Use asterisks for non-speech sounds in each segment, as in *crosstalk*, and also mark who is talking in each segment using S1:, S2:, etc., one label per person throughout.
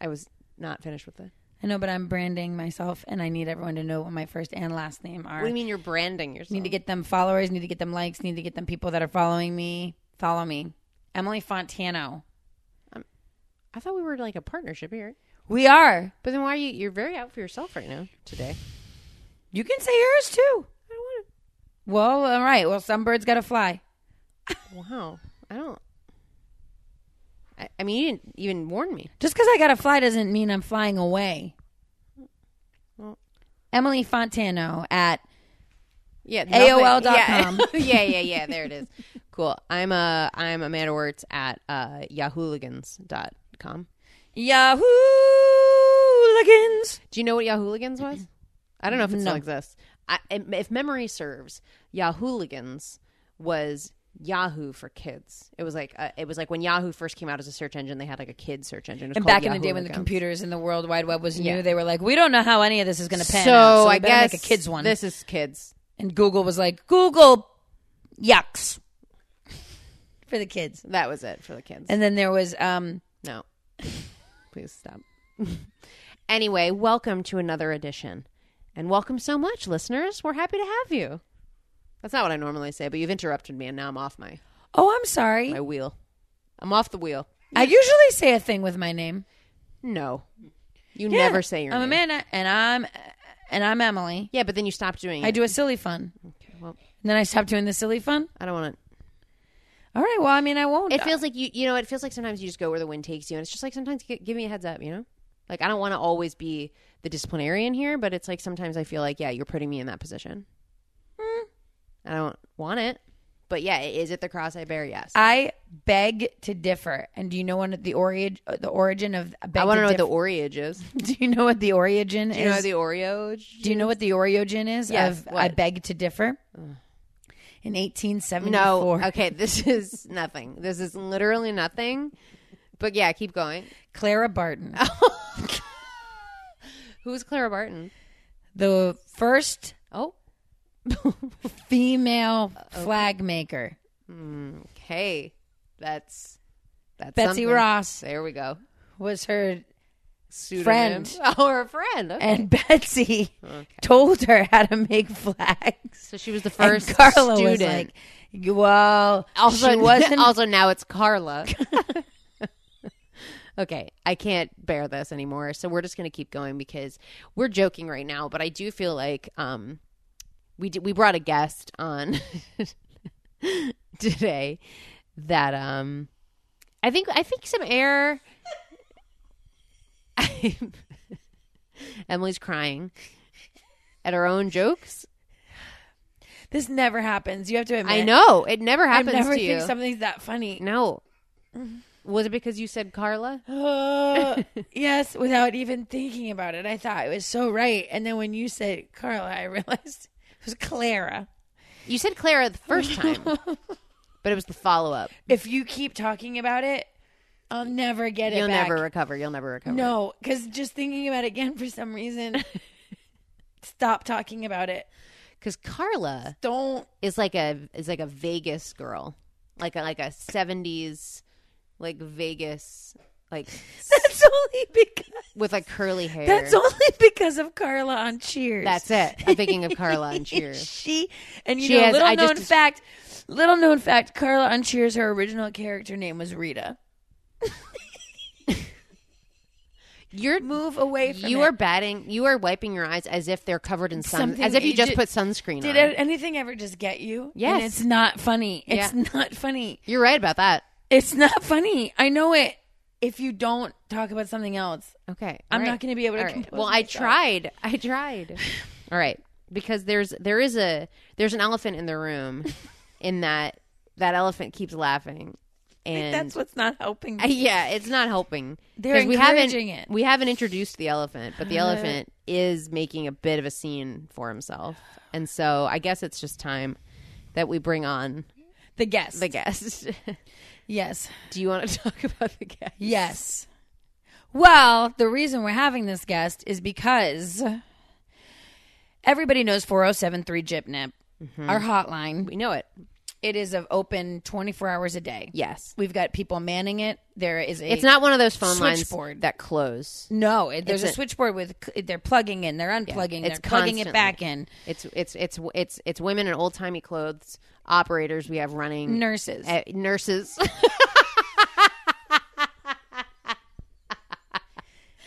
S1: I was not finished with the.
S2: I know, but I'm branding myself and I need everyone to know what my first and last name are.
S1: What do you mean you're branding yourself?
S2: Need to get them followers, need to get them likes, need to get them people that are following me. Follow me. Emily Fontano.
S1: I thought we were like a partnership here.
S2: We are.
S1: But then why are you? You're very out for yourself right now today.
S2: You can say yours too.
S1: I don't
S2: Well, all right. Well, some birds gotta fly.
S1: want to. Wow. I don't. I, I mean, you didn't even warn me.
S2: Just because I gotta fly doesn't mean I'm flying away.
S1: Well-
S2: Emily Fontano at
S1: Yeah.
S2: AOL.com.
S1: nothing- *laughs* Yeah. yeah. Yeah. Yeah. There it is. Cool. I'm uh I'm Amanda Wertz at uh yahooligans.com.
S2: Yahoo
S1: Do you know what Yahooligans was? I don't know if it still
S2: No.
S1: exists. I, if memory serves, Yahooligans was Yahoo for kids. It was like uh, it was like when Yahoo first came out as a search engine, they had like a kids search engine. It was
S2: And
S1: called
S2: back in the day when the
S1: Yahooligans.
S2: computers and the World Wide Web was new,
S1: Yeah.
S2: they were like, "We don't know how any of this is going to pan
S1: so,
S2: out, so we
S1: I
S2: better
S1: guess
S2: make a kids one."
S1: This is kids.
S2: and Google was like, "Google yucks *laughs* for the kids."
S1: That was it for the kids.
S2: And then there was, um,
S1: no, *laughs* please stop. *laughs* anyway, welcome to another edition, and welcome so much, listeners. We're happy to have you. That's not what I normally say, but you've interrupted me, and now I'm off my
S2: oh, I'm sorry,
S1: my wheel. I'm off the wheel.
S2: I usually say a thing with my name.
S1: No, you
S2: Yeah,
S1: never say your
S2: I'm
S1: name.
S2: Amanda, and I'm and I'm Emily.
S1: Yeah, but then you stop doing it.
S2: I do a silly fun,
S1: Okay, well,
S2: and then I stopped doing the silly fun.
S1: I don't want to.
S2: All right, well, I mean, I won't.
S1: It feels like you, you know, it feels like sometimes you just go where the wind takes you, and it's just like sometimes g- give me a heads up, you know. Like I don't want to always be the disciplinarian here, but it's like sometimes I feel like yeah, you're putting me in that position. Hmm. I don't want it, but yeah, i- is it the cross I bear? Yes. I,
S2: I beg to differ. And do you know what the origin the origin of beg
S1: want to know
S2: diff-
S1: what the oreage is.
S2: *laughs* Do
S1: Do
S2: you know what the origin
S1: *laughs* you
S2: is?
S1: know the oreo?
S2: Do you know what the origin is
S1: Yes,
S2: of I
S1: what?
S2: beg to differ? In 1874.
S1: No. Okay, *laughs* this is nothing. This is literally nothing. But yeah, keep going.
S2: Clara Barton,
S1: Oh. *laughs* Who's Clara Barton?
S2: the first
S1: Oh,
S2: female flag maker.
S1: okay. That's that's
S2: Betsy
S1: something.
S2: Ross
S1: There we go.
S2: was her
S1: Pseudonym. *laughs*
S2: Friend.
S1: Oh, her friend. Okay.
S2: and *laughs* Betsy told her how to make flags.
S1: so she was the first
S2: and Carla was
S1: student.
S2: like, well,
S1: also,
S2: she wasn't
S1: also *laughs* now it's Carla. *laughs* okay, I can't bear this anymore. So we're just going to keep going because we're joking right now, but I do feel like um we did, we brought a guest on *laughs* today that um I think I think some air *laughs* Emily's crying at her own jokes.
S2: This never happens. You have to admit.
S1: I know. It never
S2: I
S1: happens
S2: never
S1: to
S2: think
S1: you.
S2: something's that funny.
S1: No. Was it because you said Carla?
S2: Uh, *gasps* yes, without even thinking about it. I thought it was so right. And then when you said Carla, I *laughs* realized it was Clara.
S1: You said Clara the
S2: *laughs*
S1: first time, but it was the follow up.
S2: If you keep talking about it, I'll never get it
S1: You'll
S2: back.
S1: never recover. You'll never recover.
S2: No, because just thinking about it again for some
S1: *laughs*
S2: reason, stop talking about it.
S1: because Carla
S2: Don't.
S1: is like a is like a Vegas girl, like a, like a seventies, like Vegas, like *laughs*
S2: *laughs* That's only because.
S1: with like curly hair.
S2: That's only because of Carla on Cheers. *laughs*
S1: That's it. I'm thinking of Carla and Cheers.
S2: she and you
S1: She
S2: know,
S1: has-
S2: little
S1: I just-
S2: known fact, little known fact, Carla on Cheers, her original character name was Rita.
S1: You're
S2: Move away from
S1: you
S2: it.
S1: are batting. You are wiping your eyes as if they're covered in sun,
S2: Something
S1: as if you
S2: you
S1: just
S2: did-
S1: put sunscreen
S2: Did
S1: on.
S2: it- anything ever just get you?
S1: Yes.
S2: And it's not funny. It's
S1: Yeah.
S2: not funny.
S1: You're right about that.
S2: It's not funny. I know it. If you don't talk about something else,
S1: Okay.
S2: I'm
S1: all
S2: not gonna be able to
S1: All right.
S2: compose
S1: Well, I
S2: myself.
S1: tried.
S2: *sighs*
S1: I tried. All right. Because there's there
S2: *laughs*
S1: is a there's an elephant in the room in that that elephant keeps laughing.
S2: think
S1: and
S2: that's what's not helping.
S1: Uh, *laughs* yeah, it's not helping.
S2: They're
S1: 'Cause we haven't,
S2: encouraging it. Uh-huh.
S1: We haven't introduced the elephant, but the elephant is making a bit of a scene for himself, and so I guess it's just time that we bring on
S2: the guest.
S1: the guest. *laughs*
S2: Yes.
S1: Do you want to *laughs* talk about the guest?
S2: Yes. Well, the reason we're having this guest is because everybody knows 4073 Gypnip,
S1: Mm-hmm.
S2: our hotline.
S1: We know it.
S2: It is of open 24 hours a day.
S1: Yes,
S2: We've got people manning it. There is a
S1: it's not one of those phone lines
S2: Switchboard.
S1: that close.
S2: No, it, there's
S1: It's
S2: a
S1: a-
S2: switchboard with c- they're plugging in, they're unplugging, they're
S1: it's
S2: plugging it
S1: constantly-
S2: back in.
S1: It's it's it's it's it's women in old timey clothes, operators we have running,
S2: Nurses.
S1: uh,
S2: *laughs*
S1: nurses.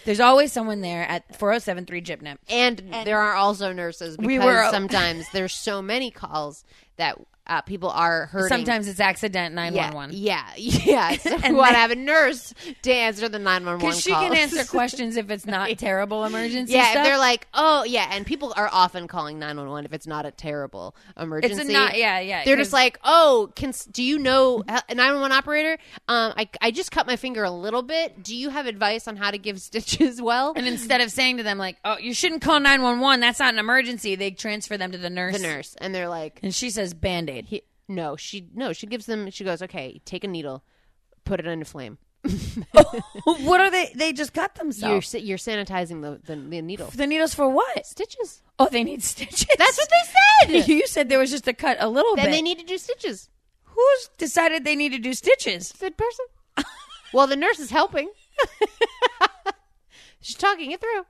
S2: There's always someone there at 4073 Gypnip.
S1: and, there are also nurses because
S2: We were- *laughs*
S1: sometimes there's so many calls that uh, people are hurting.
S2: Sometimes it's accident
S1: yeah,
S2: 911.
S1: yeah, *laughs* yeah. So we
S2: *laughs* And
S1: want to
S2: then-
S1: have a nurse to answer the nine one one
S2: Because
S1: calls.
S2: she can
S1: *laughs*
S2: answer questions if it's not terrible emergency
S1: Yeah,
S2: stuff.
S1: if they're like, oh yeah, and people are often calling nine one one if it's not a terrible emergency.
S2: not- yeah, yeah,
S1: They're just
S2: 'cause-
S1: like, oh, can s- do you know a nine one one operator? Um, I I just cut my finger a little bit. Do you have advice on how to give *laughs* stitches well?
S2: And instead of saying to them like, "Oh, you shouldn't call 911. That's not an emergency." They transfer them to the nurse.
S1: the nurse, and they're like,
S2: And she says Band-Aid.
S1: he, no, she no, she gives them. She goes, okay, take a needle, put it in a flame.
S2: *laughs* what are they they just cut
S1: You're
S2: themselves.
S1: sa- you're sanitizing the the, the needle
S2: the needles for what?
S1: stitches.
S2: Oh, they need stitches.
S1: That's what they
S2: *laughs*
S1: said.
S2: you said there was just a cut a little
S1: then
S2: bit.
S1: they need to do stitches.
S2: Who's decided they need to do stitches?
S1: Said person. *laughs* well, the nurse is helping. *laughs* She's talking it through.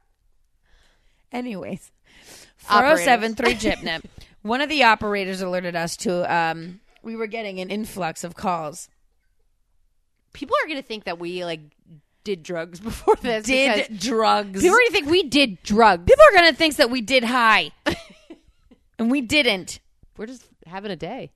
S2: Anyways,
S1: Operators.
S2: 4073
S1: *laughs*
S2: Gypnet. One of the operators alerted us to um, we were getting an influx of calls.
S1: People are gonna think that we like did drugs before this.
S2: Did
S1: because
S2: drugs.
S1: people are gonna think we did drugs?
S2: People are going to think that we did high. *laughs* and we didn't.
S1: We're just having a day,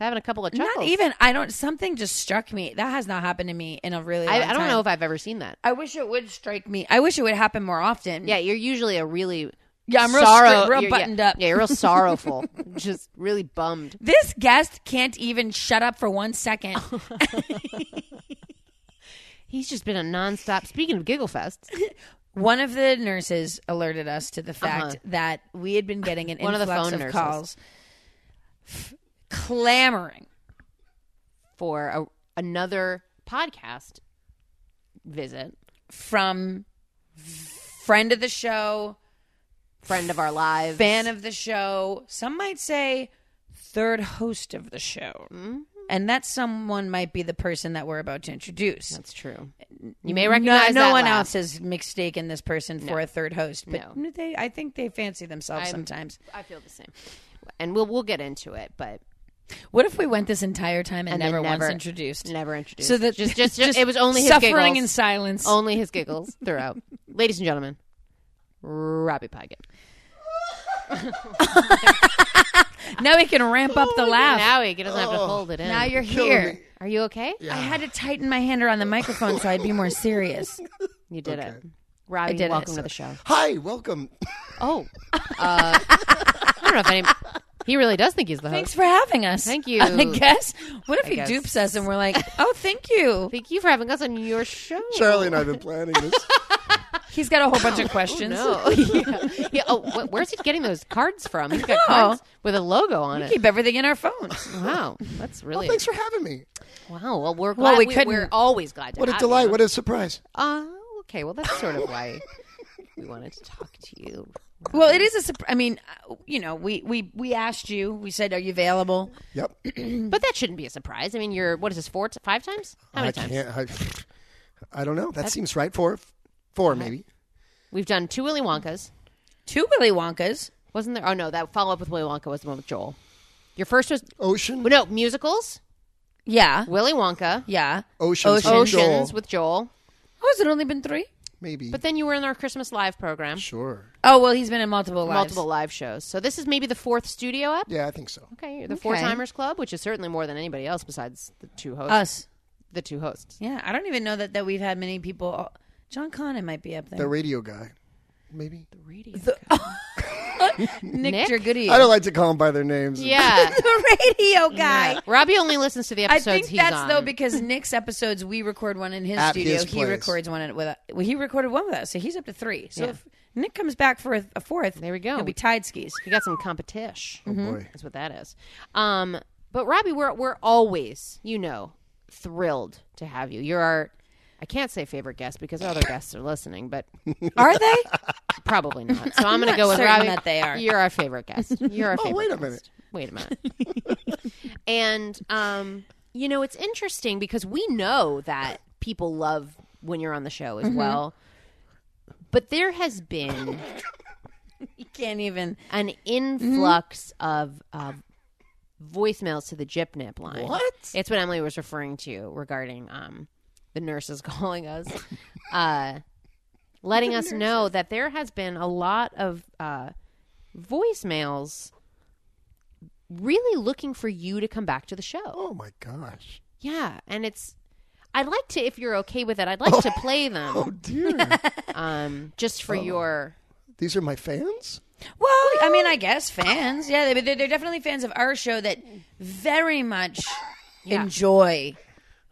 S1: having a couple of chuckles.
S2: Not even. I don't. Something just struck me. That has not happened to me in a really. Long
S1: I, I don't
S2: time.
S1: know if I've ever seen that.
S2: I wish it would strike me. I wish it would happen more often.
S1: Yeah, you're usually a really
S2: Yeah, Mm. I'm real
S1: sorrow,
S2: straight- real
S1: you're-
S2: buttoned
S1: yeah,
S2: up.
S1: Yeah, you're
S2: *laughs*
S1: real sorrowful, just really bummed.
S2: This guest can't even shut up for one second.
S1: *laughs* He's just been a nonstop. Speaking of giggle fest,
S2: one of the nurses alerted us to the fact
S1: Uh-huh.
S2: that we had been getting an
S1: One of the
S2: influx
S1: phone
S2: of
S1: nurses.
S2: calls, f- clamoring.
S1: for a, another podcast visit,
S2: from friend of the show,
S1: friend of our lives,
S2: fan of the show, some might say third host of the show. And that someone might be the person that we're about to introduce.
S1: That's true. You may recognize
S2: no, no
S1: that
S2: one
S1: laugh.
S2: else has mistaken this person for a third host, but they, I think they fancy themselves
S1: I'm-
S2: sometimes.
S1: I feel the same, and we'll we'll get into it, but
S2: What if we went this entire time and,
S1: And then
S2: never, once
S1: never-
S2: introduced?
S1: never introduced.
S2: So that
S1: just
S2: *laughs*
S1: just, just it was only his
S2: suffering
S1: giggles,
S2: in silence.
S1: only his giggles throughout. Ladies and gentlemen, Robbie Pocket.
S2: now we can ramp up the laugh.
S1: Now he doesn't have to hold it in.
S2: Oh, Now you're here.
S1: Are you okay? Yeah.
S2: I had to tighten my hand around the microphone so I'd be more serious.
S1: You did it. Robbie,
S2: did it.
S1: welcome to the show.
S3: Hi, welcome. *laughs*
S1: Oh, uh, I don't know if any. He really does think he's the
S2: Thanks
S1: host.
S2: for having us. *laughs*
S1: Thank you.
S2: I guess. What if he
S1: guess.
S2: dupes us and we're like, oh, thank
S1: *laughs*
S2: you?
S1: Thank you for having us on your show.
S3: Charlie and I have been planning
S1: *laughs*
S3: this.
S2: He's got a whole bunch of questions.
S1: Oh, No, *laughs* yeah. Yeah, oh, wh- where's he getting those cards from? He's got cards with a logo on it.
S2: Keep everything in our phones.
S1: *laughs* Wow, that's really
S3: Thanks for having me.
S1: wow. Well, we're glad
S2: we
S1: we
S2: couldn't-
S1: are always glad to
S3: What a
S1: have
S3: delight.
S1: You.
S3: What a surprise.
S1: Uh, okay, well that's sort of why we wanted to talk to you.
S2: well, it is a. surp- I mean, uh, you know, we we we asked you. We said, are you available?
S3: Yep.
S1: But that shouldn't be a surprise. I mean, you're what is this four, t- five times? How many
S3: I
S1: times?
S3: can't. I, I don't know. That seems right. Four, four
S1: Uh-huh.
S3: maybe.
S1: We've done two Willy Wonkas.
S2: Two Willy Wonkas.
S1: Wasn't there? Oh no, that follow up with Willy Wonka was the one with Joel. Your first was
S3: Ocean.
S1: no musicals.
S2: Yeah,
S1: Willy Wonka,
S2: yeah.
S3: Oceans.
S2: Ocean.
S3: with Joel,
S1: Oceans with Oh, Joel.
S2: Oh, has it only been three?
S3: maybe.
S1: But then you were in our Christmas live program,
S3: sure.
S2: Oh well, he's been in multiple lives.
S1: multiple live shows. So this is maybe the fourth studio up.
S3: Yeah, I think so.
S1: Okay, you're the Four Timers Club, which is certainly more than anybody else besides the two hosts.
S2: us.
S1: the two hosts.
S2: Yeah, I don't even know that that we've had many people. John Connor might be up there.
S3: The radio guy. maybe.
S1: radio.
S2: Nick,
S1: Nick?
S2: Dragutti.
S3: I don't like to call them by their
S1: *laughs*
S3: names.
S2: *laughs*
S1: yeah.
S2: the radio guy.
S1: Robbie only listens to the
S2: I
S1: episodes
S2: think
S1: he's
S2: that's
S1: on.
S2: though because Nick's episodes we record one in his
S3: At
S2: studio.
S3: his
S2: he
S3: place.
S2: records one with well, he recorded one with us, so he's up to three. So
S1: Yeah.
S2: if Nick comes back for a, a fourth,
S1: There we go.
S2: He'll be tied skis.
S1: you got some competition.
S3: Boy.
S1: That's what that is. Um, but Robbie, we're we're always, you know, thrilled to have you. You're our I can't say favorite guest because other guests are listening, but
S2: Are
S3: *laughs*
S2: they?
S1: probably not. So I'm, going to
S2: not
S1: go with
S2: certain
S1: Robbie.
S2: that they are. Oh,
S1: You're our
S2: *laughs*
S1: favorite guest. You're our favorite.
S3: wait a
S1: guest.
S3: minute.
S1: Wait a minute. and um, you know, it's interesting because we know that people love when you're on the show as
S2: Mm-hmm.
S1: well. But there has been
S2: you can't even.
S1: an influx of uh, voicemails to the Gypnip line.
S3: What?
S1: It's what Emily was referring to regarding um, the nurses *laughs* calling us, uh, letting us know that there has been a lot of uh, voicemails really looking for you to come back to the show.
S3: Oh my gosh.
S1: Yeah, and it's. I'd like to, if you're okay with it, I'd like to play
S3: *laughs* Oh
S1: them
S3: dear.
S1: *laughs* um, just for your.
S3: These are my fans.
S2: Well, I mean, I guess fans. Yeah, they, they're, they're definitely fans of our show that very much enjoy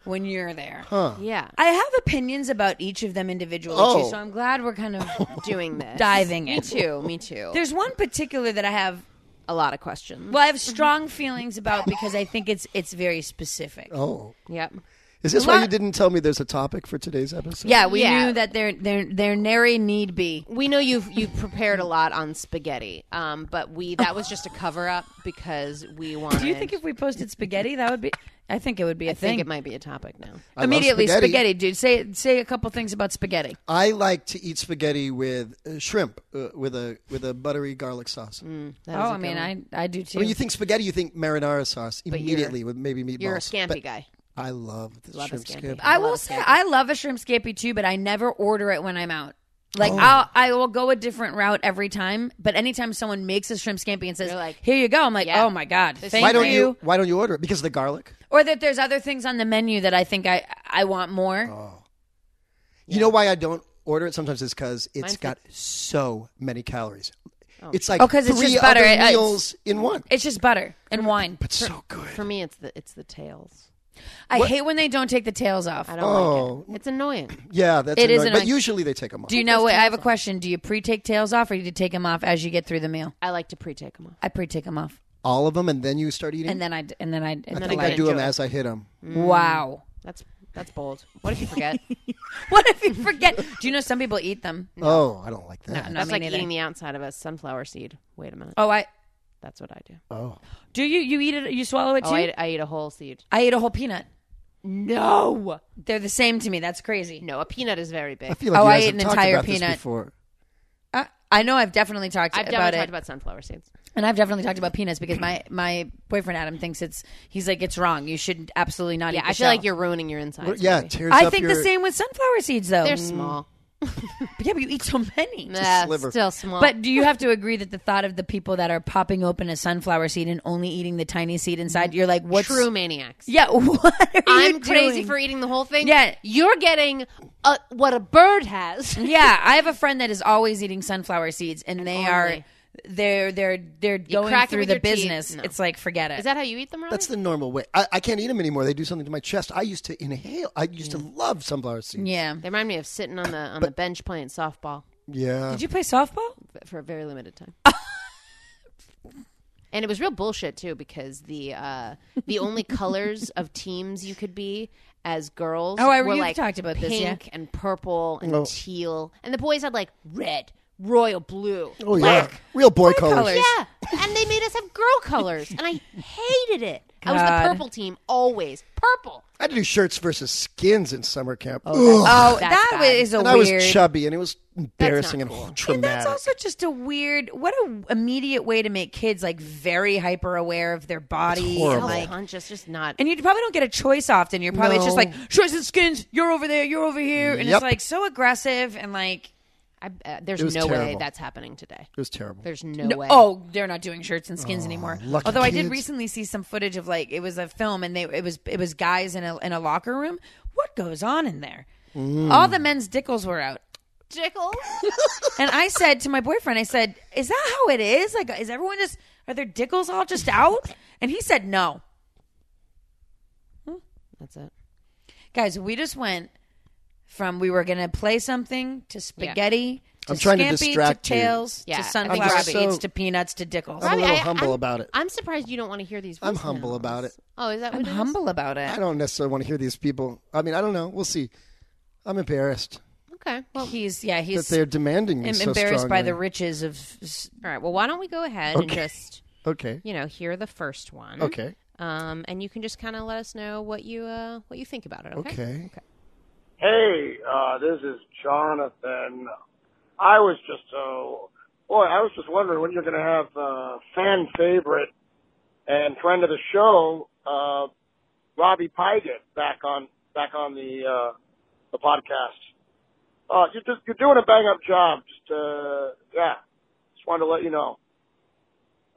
S2: when you're there.
S1: Yeah,
S2: I have opinions about each of them individually, too,
S3: Oh.
S2: so I'm glad we're kind of
S1: doing this.
S2: diving
S1: Me
S2: in.
S1: too. Me too.
S2: There's one particular that I have
S1: a lot of questions.
S2: Well, I have strong feelings about because I think it's it's very specific.
S3: Oh.
S1: Yep.
S3: Is this why
S2: Lot-
S3: you didn't tell me there's a topic for today's episode?
S2: Yeah, we
S1: Yeah.
S2: knew that there there there nary need be.
S1: We know you've you've prepared a lot on spaghetti, um, but we that was just a cover up because we wanted.
S2: Do you think if we posted spaghetti, that would be? I think it would be a
S1: I
S2: thing.
S1: think it might be a topic now?
S3: I love
S2: Immediately,
S3: spaghetti.
S2: spaghetti. dude. Say say a couple things about spaghetti.
S3: I like to eat spaghetti with uh, shrimp uh, with a with a buttery garlic sauce.
S1: That
S2: Oh,
S1: is a
S2: I
S1: good
S2: mean,
S1: one.
S2: I I do too.
S3: When you think spaghetti, you think marinara sauce
S1: you're-
S3: immediately with maybe meatballs.
S1: you're a scampy
S3: But
S1: guy.
S3: I love the
S1: Love a
S3: shrimp
S1: scampi.
S3: scampi.
S2: I
S1: I love
S2: will
S1: a
S2: say
S1: scampi.
S2: I love a shrimp scampi too, but I never order it when I'm out. Like
S3: Oh.
S2: I'll I will go a different route every time, but anytime someone makes a shrimp scampi and says,
S1: You're like,
S2: "Here you go," I'm like,
S1: yeah.
S2: "Oh my god,
S1: This-
S2: thank
S3: Why don't
S2: you.
S3: you Why don't you order it? Because of the garlic.
S2: Or that there's other things on the menu that I think I I want more.
S3: Oh. You know why I don't order it sometimes is because it's
S1: Mine's
S3: got so many calories. It's like
S2: Oh, 'cause
S3: three
S2: it's just butter.
S3: other
S2: It- it's-
S3: meals in one.
S2: It's just butter and wine.
S3: But so good.
S1: For me, it's the it's the tails.
S2: I hate when they don't take the tails off.
S1: I don't
S3: Oh.
S1: like it. It's annoying.
S3: Yeah, that's
S2: It is
S3: annoying.
S2: annoying.
S3: But usually they take them off.
S2: Do you know what? I have a question. Do you pre take tails off or do you take them off as you get through the meal?
S1: I like to pre take them off.
S2: I pre take them off,
S3: All of them, and then you start eating.
S2: and then I d- and then I and
S3: I
S2: then
S3: think
S2: I,
S3: I,
S2: like-
S3: do them
S1: enjoy it.
S3: as I hit them.
S2: Wow. *laughs*
S1: That's that's bold. What if you *laughs* forget?
S2: What if you forget? do you know some people eat them?
S3: Oh, I don't like that.
S2: Mm-hmm. No,
S1: that's
S2: me
S1: like
S2: neither.
S1: eating the outside of a sunflower seed. Wait a minute.
S2: Oh, I
S1: That's what I do.
S3: Oh,
S2: do. You you eat it? You swallow it too?
S1: Oh, I, I eat a whole seed.
S2: I ate a whole peanut.
S1: No,
S2: They're the same to me. That's crazy.
S1: no, a peanut is very big.
S3: I feel like
S2: Oh,
S3: you
S2: I
S3: guys
S2: ate
S3: have
S2: an
S3: talked
S2: entire
S3: about
S2: peanut.
S3: this before.
S2: I, I know I've definitely talked
S1: I've
S2: about
S1: definitely
S2: it,
S1: talked about sunflower seeds.
S2: and I've definitely talked about peanuts because my my boyfriend Adam thinks it's he's like it's wrong. You should absolutely not
S1: Yeah,
S2: eat. the
S1: I feel like
S2: shell."
S1: you're ruining your insides.
S3: But yeah, it
S1: Robbie.
S3: tears
S2: I
S3: up
S2: think the
S3: your-
S2: same with sunflower seeds, though.
S1: they're small.
S2: But yeah, but you eat so many.
S1: Nah,
S3: sliver.
S1: still small.
S2: But do you have to agree that the thought of the people that are popping open a sunflower seed and only eating the tiny seed inside, you're like, what's
S1: true maniacs.
S2: Yeah, *laughs* what are
S1: I'm
S2: you
S1: crazy
S2: doing?
S1: for eating the whole thing.
S2: Yeah.
S1: you're getting a, what a bird has.
S2: Yeah, I have a friend that is always eating sunflower seeds, and, they are
S1: only.
S2: they're they're they're going
S1: crack it
S2: through
S1: with
S2: the
S1: your teeth?
S2: business.
S1: No.
S2: It's like forget it.
S1: *laughs* Is that how you eat them, Robbie?
S3: That's the normal way. I, I can't eat them anymore. They do something to my chest. I used to inhale. I used to love sunflower seeds.
S2: yeah.
S1: they remind me of sitting on the on the bench playing softball
S3: Yeah.
S2: Did you play softball?
S1: but for a very limited *laughs* time. and it was real bullshit too because the uh, the only *laughs* colors of teams you could be as girls
S2: Oh, I-
S1: were
S2: you've
S1: like
S2: talked about
S1: pink
S2: this, yeah.
S1: and purple and
S3: Oh.
S1: teal, and the boys had like red, royal blue,
S3: oh
S1: black.
S3: yeah, real boy colors.
S2: colors.
S1: Yeah, and they made us have girl colors, and I hated it. I was
S2: God.
S1: the purple team always. Purple.
S3: I had to do shirts versus skins in summer camp. Ugh.
S2: Oh,
S1: That's
S2: that
S1: bad.
S2: is a
S3: and
S2: weird.
S3: I was chubby, and it was embarrassing and
S1: cool. And
S3: traumatic.
S2: That's also just a weird, what a immediate way to make kids like very hyper aware of their body. And,
S3: horrible.
S2: like,
S1: Conscious, just not.
S2: and you probably don't get a choice often. You're probably just
S3: No.
S2: like shorts and skins. You're over there. You're over here, and it's
S3: Yep.
S2: like so aggressive and like
S1: I, uh, there's
S3: It was
S1: no way
S3: terrible.
S1: that's happening today.
S3: it was terrible.
S1: There's no,
S2: no-
S1: way.
S2: oh, they're not doing shirts and skins anymore.
S3: lucky
S2: Although I did
S3: kids.
S2: recently see some footage of like it was a film and they it was it was
S3: Mm.
S2: guys in a in a locker room. What goes on in there? All the men's dickles were out.
S1: Jiggles.
S2: And I said to my boyfriend, I said, "Is that how it is? Like, is everyone just are their dickles all just out?" And he said, "No,
S1: That's it.
S2: guys, we just went from we were gonna play something to spaghetti." To
S3: I'm trying to
S2: scampi,
S3: distract
S2: to
S3: you.
S2: tails,
S1: Yeah,
S2: to
S1: I'm
S2: sunflower
S3: just so-
S2: seeds, to peanuts, to dickles.
S3: I'm a little
S1: I-
S3: humble about it.
S1: I'm surprised you don't want to hear these.
S3: I'm
S1: voicemails.
S3: humble about it.
S1: Oh, is that
S2: I'm
S1: what it is?
S2: humble about it.
S3: I don't necessarily want to hear these people. I mean, I don't know. We'll see. I'm embarrassed
S1: Okay. Well,
S2: He's yeah,
S3: that
S2: he's
S3: they're demanding me
S2: em-
S3: so
S2: embarrassed by the
S3: strongly.
S2: riches of. s-
S1: all right. Well, why don't we go ahead and
S3: Okay.
S1: just
S3: Okay.
S1: you know hear the first one?
S3: Okay.
S1: Um, and you can just kind of let us know what you uh what you think about it. Okay.
S3: Okay.
S4: Hey, uh, this is Jonathan. I was just so boy, I was just wondering when you're going to have uh, fan favorite and friend of the show, uh, Robbie Pygott, back on back on the uh, the podcast. Uh, you're just you're doing a bang up job. Just uh, yeah, just wanted to let you know.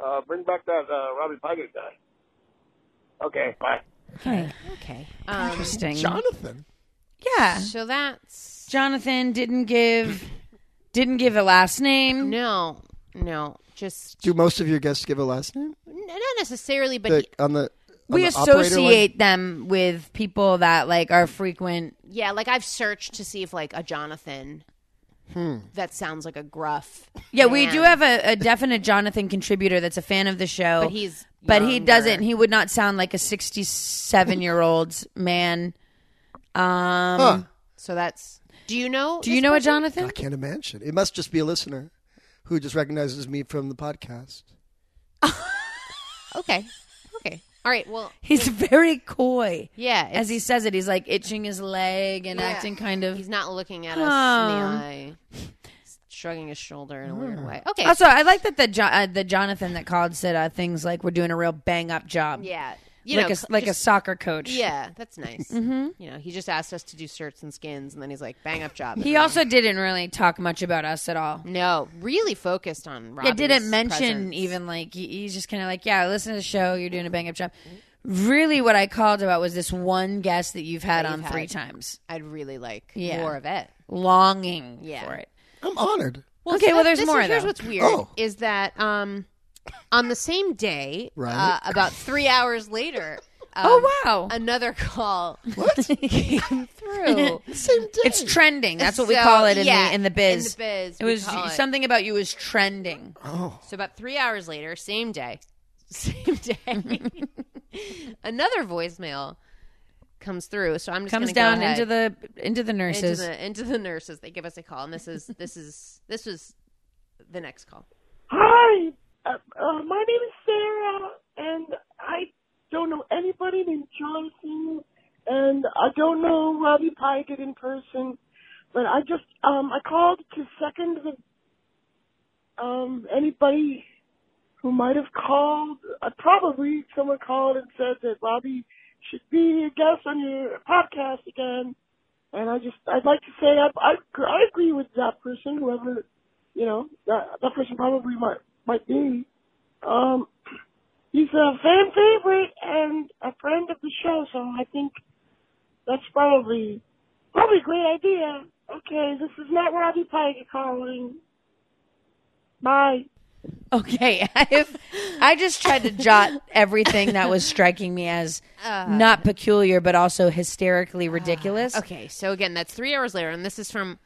S4: Uh, bring back that uh, Robbie Pygott guy. Okay, bye.
S1: Okay. Um,
S2: Interesting.
S3: Jonathan.
S2: yeah,
S1: so that's
S2: Jonathan didn't give didn't give a last name.
S1: no, no, just
S3: Do most of your guests give a last name?
S1: n- not necessarily, but
S3: The, on the on
S2: we
S3: the operator line?
S2: associate them with people that like are frequent.
S1: yeah, like I've searched to see if like a Jonathan that sounds like a gruff.
S2: Yeah, we
S1: man,
S2: do have a, a definite Jonathan contributor that's a fan of the show,
S1: But he's
S2: but he
S1: younger.
S2: doesn't. He would not sound like a sixty-seven-year-old man. Um,
S3: Huh.
S1: So that's. Do you know?
S2: do you
S1: this
S2: know a
S1: person?
S2: Jonathan?
S3: I can't imagine. It must just be a listener who just recognizes me from the podcast.
S1: Okay. Okay. All right. Well,
S2: He's very coy.
S1: yeah.
S2: As
S1: it's-
S2: he says it, he's like itching his leg and
S1: Yeah.
S2: acting kind of.
S1: he's not looking at us
S2: Huh.
S1: in the eye, He's shrugging his shoulder in a weird way. Okay.
S2: Also, Oh, I like that the jo- uh, the Jonathan that called said uh, things like we're doing a real bang up job.
S1: yeah. You
S2: like
S1: know,
S2: a
S1: cl-
S2: like
S1: just-
S2: a soccer coach.
S1: Yeah, that's nice. mm-hmm. You know, he just asked us to do shirts and skins, and then he's like, "Bang up job."
S2: He also didn't really talk much about us at all.
S1: no, really focused on.
S2: Yeah,
S1: Robbie's
S2: didn't mention
S1: presence.
S2: even like he, he's just kind of like, yeah, listen to the show. You're doing a bang up job. Really, what I called about was this one guest that you've had on three
S1: had.
S2: times,
S1: I'd really like
S2: Yeah.
S1: more of it.
S2: longing
S1: Yeah.
S2: for it.
S3: I'm honored.
S2: Okay, well,
S1: that-
S2: there's
S1: this
S2: more,
S1: Is, here's
S2: though.
S1: what's weird
S3: Oh.
S1: is that um, on the same day,
S3: Right.
S1: uh, about three hours later, um,
S2: *laughs* Oh wow,
S1: *laughs* another call came
S2: *laughs*
S1: through.
S3: Same day.
S2: it's trending. That's what we
S1: So,
S2: call it in
S1: yeah,
S2: the in the biz.
S1: In the biz,
S2: it
S1: we
S2: was
S1: call it.
S2: something about you was trending.
S3: oh,
S1: So about three hours later, same day, *laughs* same day,
S2: *laughs*
S1: another voicemail comes through. So I'm just
S2: Comes
S1: gonna go
S2: down
S1: ahead.
S2: into the into the
S1: into
S2: nurses.
S1: the into the nurses. They give us a call, and this is this is this was the next call.
S5: Hi, uh, uh, my name is Sarah, and I don't know anybody named Jonathan, and I don't know Robbie Pygott in person, but I just um I called to second the um anybody who might have called. Uh, probably someone called and said that Robbie should be a guest on your podcast again, and I just I'd like to say I I, I agree with that person, whoever you know, that that person probably might might be. Um, *clears throat* he's a fan favorite and a friend of the show, so I think that's probably probably a great idea. Okay, this is not Robbie Pike calling. Bye.
S2: Okay, *laughs* I've, I just tried to
S1: *laughs*
S2: jot everything that was striking me as not peculiar, but also hysterically ridiculous.
S1: Uh. Okay, so again, that's three hours later, and this is from,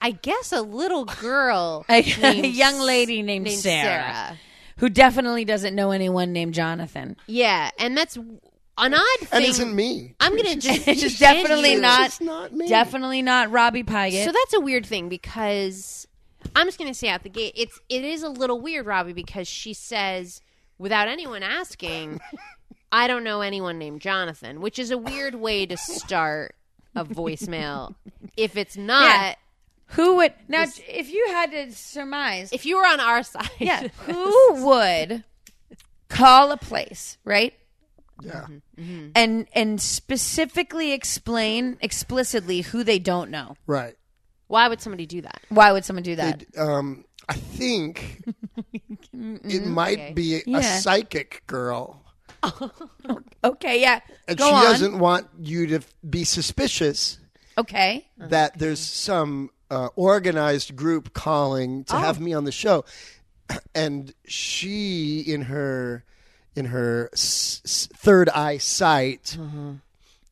S1: I guess, a little girl,
S2: *laughs* A,
S1: named
S2: a young lady named,
S1: named
S2: Sarah, who definitely doesn't know anyone named Jonathan.
S1: Yeah, and that's an odd thing.
S3: that isn't me.
S1: I'm gonna just
S2: It's just
S1: hand
S2: definitely
S1: you-
S2: not-
S3: It's not me.
S2: Definitely not Robbie Pygott.
S1: So that's a weird thing because I'm just gonna say out the gate, it's it is a little weird, Robbie, because she says without
S2: *laughs*
S1: anyone asking, I don't know anyone named Jonathan, which is a weird way to start a voicemail. if it's not,
S2: Yeah. who would now? if you had to surmise,
S1: if you were on our *laughs* side,
S2: yeah, who would call a place right?
S3: Yeah.
S2: Mm-hmm. And and specifically explain explicitly who they don't know.
S3: Right.
S1: why would somebody do that?
S2: Why would someone do that?
S3: It, um,
S2: *laughs*
S3: I think it might be a
S2: Yeah.
S3: psychic girl,
S2: Okay, yeah.
S3: and
S2: Go
S3: she
S2: on.
S3: doesn't want you to f- be suspicious
S2: Okay.
S3: that there's some uh, organized group calling
S2: Oh.
S3: to have me on the show, *clears throat* and she in her in her s- s- third eye sight.
S2: Mm-hmm.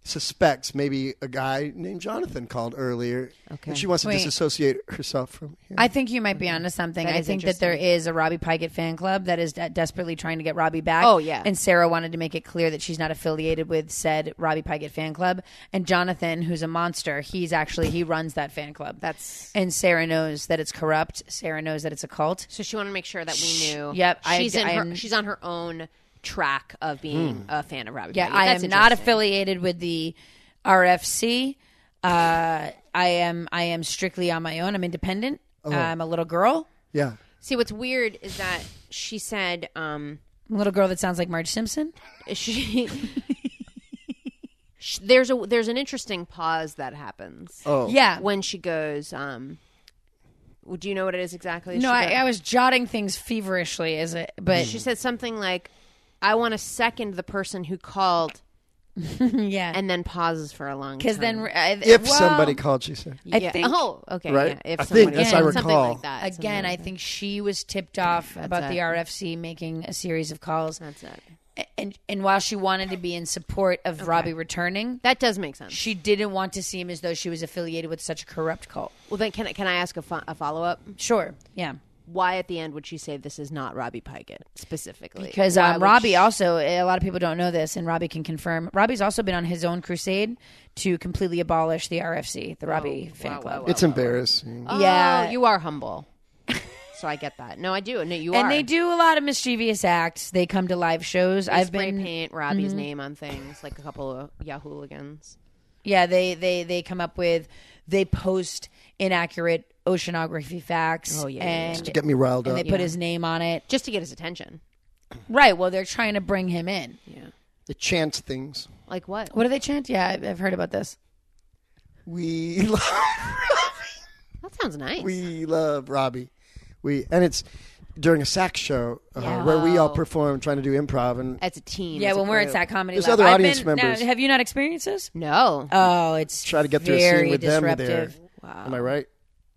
S3: Suspects maybe a guy named Jonathan called earlier,
S1: Okay.
S3: and she wants to
S2: Wait.
S3: disassociate herself from him.
S2: I think you might be onto something.
S1: Mm-hmm. That
S2: I
S1: is
S2: think that there is a Robbie Pygott fan club that is de- desperately trying to get Robbie back.
S1: Oh, yeah.
S2: And Sarah wanted to make it clear that she's not affiliated with said Robbie Pygott fan club. And Jonathan, who's a monster, he's actually he runs that fan club.
S1: That's-
S2: and Sarah knows that it's corrupt. Sarah knows that it's a cult.
S1: So she wanted to make sure that we knew.
S2: yep, I-
S1: she's in
S2: I
S1: her.
S2: am-
S1: she's on her own track of being
S3: Hmm.
S1: a fan of Robbie.
S2: Yeah,
S1: Pygott.
S2: I
S1: That's
S2: am not
S1: interesting.
S2: affiliated with the RFC. Uh, I am I am strictly on my own. I'm independent. I'm a little girl.
S3: Yeah,
S1: See, what's weird is that she said um, *laughs*
S2: I'm a little girl that sounds like Marge Simpson.
S1: she. sh there's a there's an interesting pause that happens. Oh,
S2: Yeah.
S1: when she goes. Um, well, do you know what it is exactly?
S2: No,
S1: She
S2: I,
S1: go-
S2: I was jotting things feverishly as it, but
S1: she said something like, "I want to second the person who called,"
S2: yeah,
S1: and then pauses for a long.
S2: because
S1: time.
S2: then I,
S3: if
S2: well,
S3: somebody called, she said.
S1: I
S2: think-
S1: Oh, okay.
S3: Right?
S1: Yeah, if
S3: I think,
S1: somebody-
S3: as
S2: I
S1: something
S3: recall.
S1: like that. something
S2: again,
S1: like
S2: I think she was tipped off about
S1: it.
S2: the RFC making a series of calls,
S1: That's it.
S2: and and while she wanted to be in support of Robbie returning,
S1: That does make sense.
S2: she didn't want to seem as though she was affiliated with such a corrupt cult.
S1: Well, then can I can I ask a, fo- a follow up?
S2: Sure, yeah,
S1: Why at the end would she say this is not Robbie Pygott specifically?
S2: because
S1: Why
S2: um,
S1: would
S2: Robbie
S1: she-
S2: also a lot of people don't know this, and Robbie can confirm. Robbie's also been on his own crusade to completely abolish the RFC, the Robbie fan
S1: wow,
S2: club.
S1: wow,
S3: It's embarrassing.
S1: Oh,
S2: Yeah.
S1: you are humble. *laughs* so I get that. No, I do. No, you are.
S2: and they do a lot of mischievous acts. They come to live shows.
S1: They
S2: I've
S1: spray
S2: been, Mm-hmm.
S1: paint Robbie's name on things, like a couple of Yahooligans.
S2: yeah. They they they come up with, they post inaccurate oceanography facts.
S1: Oh, yeah, yeah, yeah.
S2: and,
S3: Get me riled
S2: and
S3: up.
S2: they put his name on it.
S1: Just to get his attention.
S2: Right. Well, they're trying to bring him in.
S1: Yeah.
S3: the chance things.
S1: Like what?
S2: What do they chant? Yeah, I've, I've heard about this.
S3: We *laughs* love,
S1: That sounds nice.
S3: we love Robbie. We and it's during a sax show uh, where we all perform trying to do improv and
S1: as a team.
S2: Yeah,
S1: as a
S2: when we're at
S1: group.
S2: Sac Comedy,
S3: There's
S2: Lab.
S3: other
S2: I've
S3: audience
S2: been- now,
S3: members.
S2: have you not experienced this?
S1: No.
S2: Oh, it's
S3: try to get through a
S2: very
S3: scene with
S2: disruptive.
S3: them. With their, Am I right?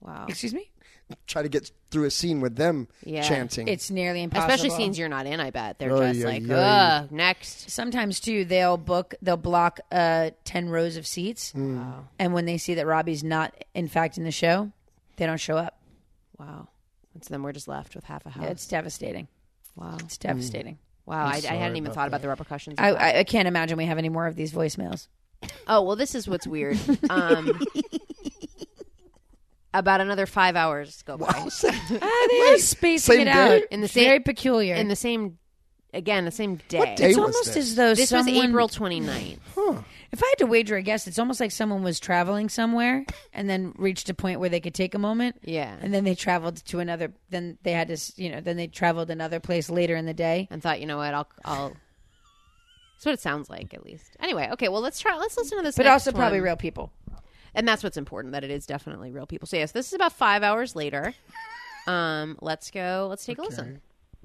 S1: wow.
S2: Excuse me.
S3: Try to get through a scene with them
S1: Yeah.
S3: chanting.
S2: It's nearly impossible.
S1: Especially scenes you're not in, I bet. They're
S3: Oy,
S1: just
S3: oy,
S1: like,
S3: oy.
S1: ugh, next.
S2: sometimes too they'll book they'll block uh 10 rows of seats
S1: Hmm.
S2: and when they see that robbie's not in fact in the show they don't show up
S1: Wow. And so then we're just left with half a house.
S2: it's devastating
S1: wow. Hmm.
S2: it's devastating
S1: Wow. I, I hadn't even thought about the repercussions.
S2: I, I i can't imagine we have any more of these voicemails
S1: oh, well, this is
S2: *laughs*
S1: what's weird. Um, about another five hours go by.
S3: *laughs*
S2: ah, they are spacing
S3: same
S2: it
S3: day?
S2: out
S1: In the
S2: It's
S1: same-
S2: very peculiar
S1: In the same, again, the same day.
S3: day
S2: it's
S3: was
S2: almost
S3: this?
S2: as though
S1: This
S2: someone,
S1: was April 29th.
S2: If I had to wager a guess, it's almost like someone was traveling somewhere and then reached a point where they could take a moment.
S1: Yeah.
S2: And then they traveled to another. Then they had to, s- you know, then they traveled another place later in the day.
S1: and thought, you know what, I'll, I'll. That's what it sounds like, at least. Anyway, okay, well, let's try. Let's listen to this.
S2: But
S1: next
S2: also probably
S1: one.
S2: real people. *laughs*
S1: and that's what's important that it is definitely real people. So yes, this is about five hours later. Um, let's go. Let's take a listen.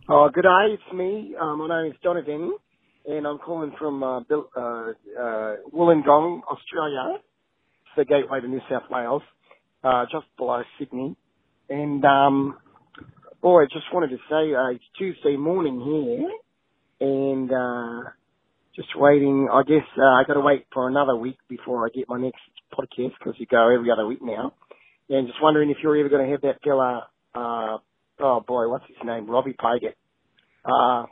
S4: Uh, good eye, it's me. Uh, my name is Donovan, and I'm calling from uh, Bill, uh, uh, Wollongong, Australia. It's the gateway to New South Wales, uh, just below Sydney. And um, boy, I just wanted to say uh, it's Tuesday morning here, and uh, just waiting. I guess uh, I got to wait for another week before I get my next podcast because you go every other week now. And just wondering if you're ever going to have that fella. Uh, oh boy, what's his name? Robbie Pagett, uh,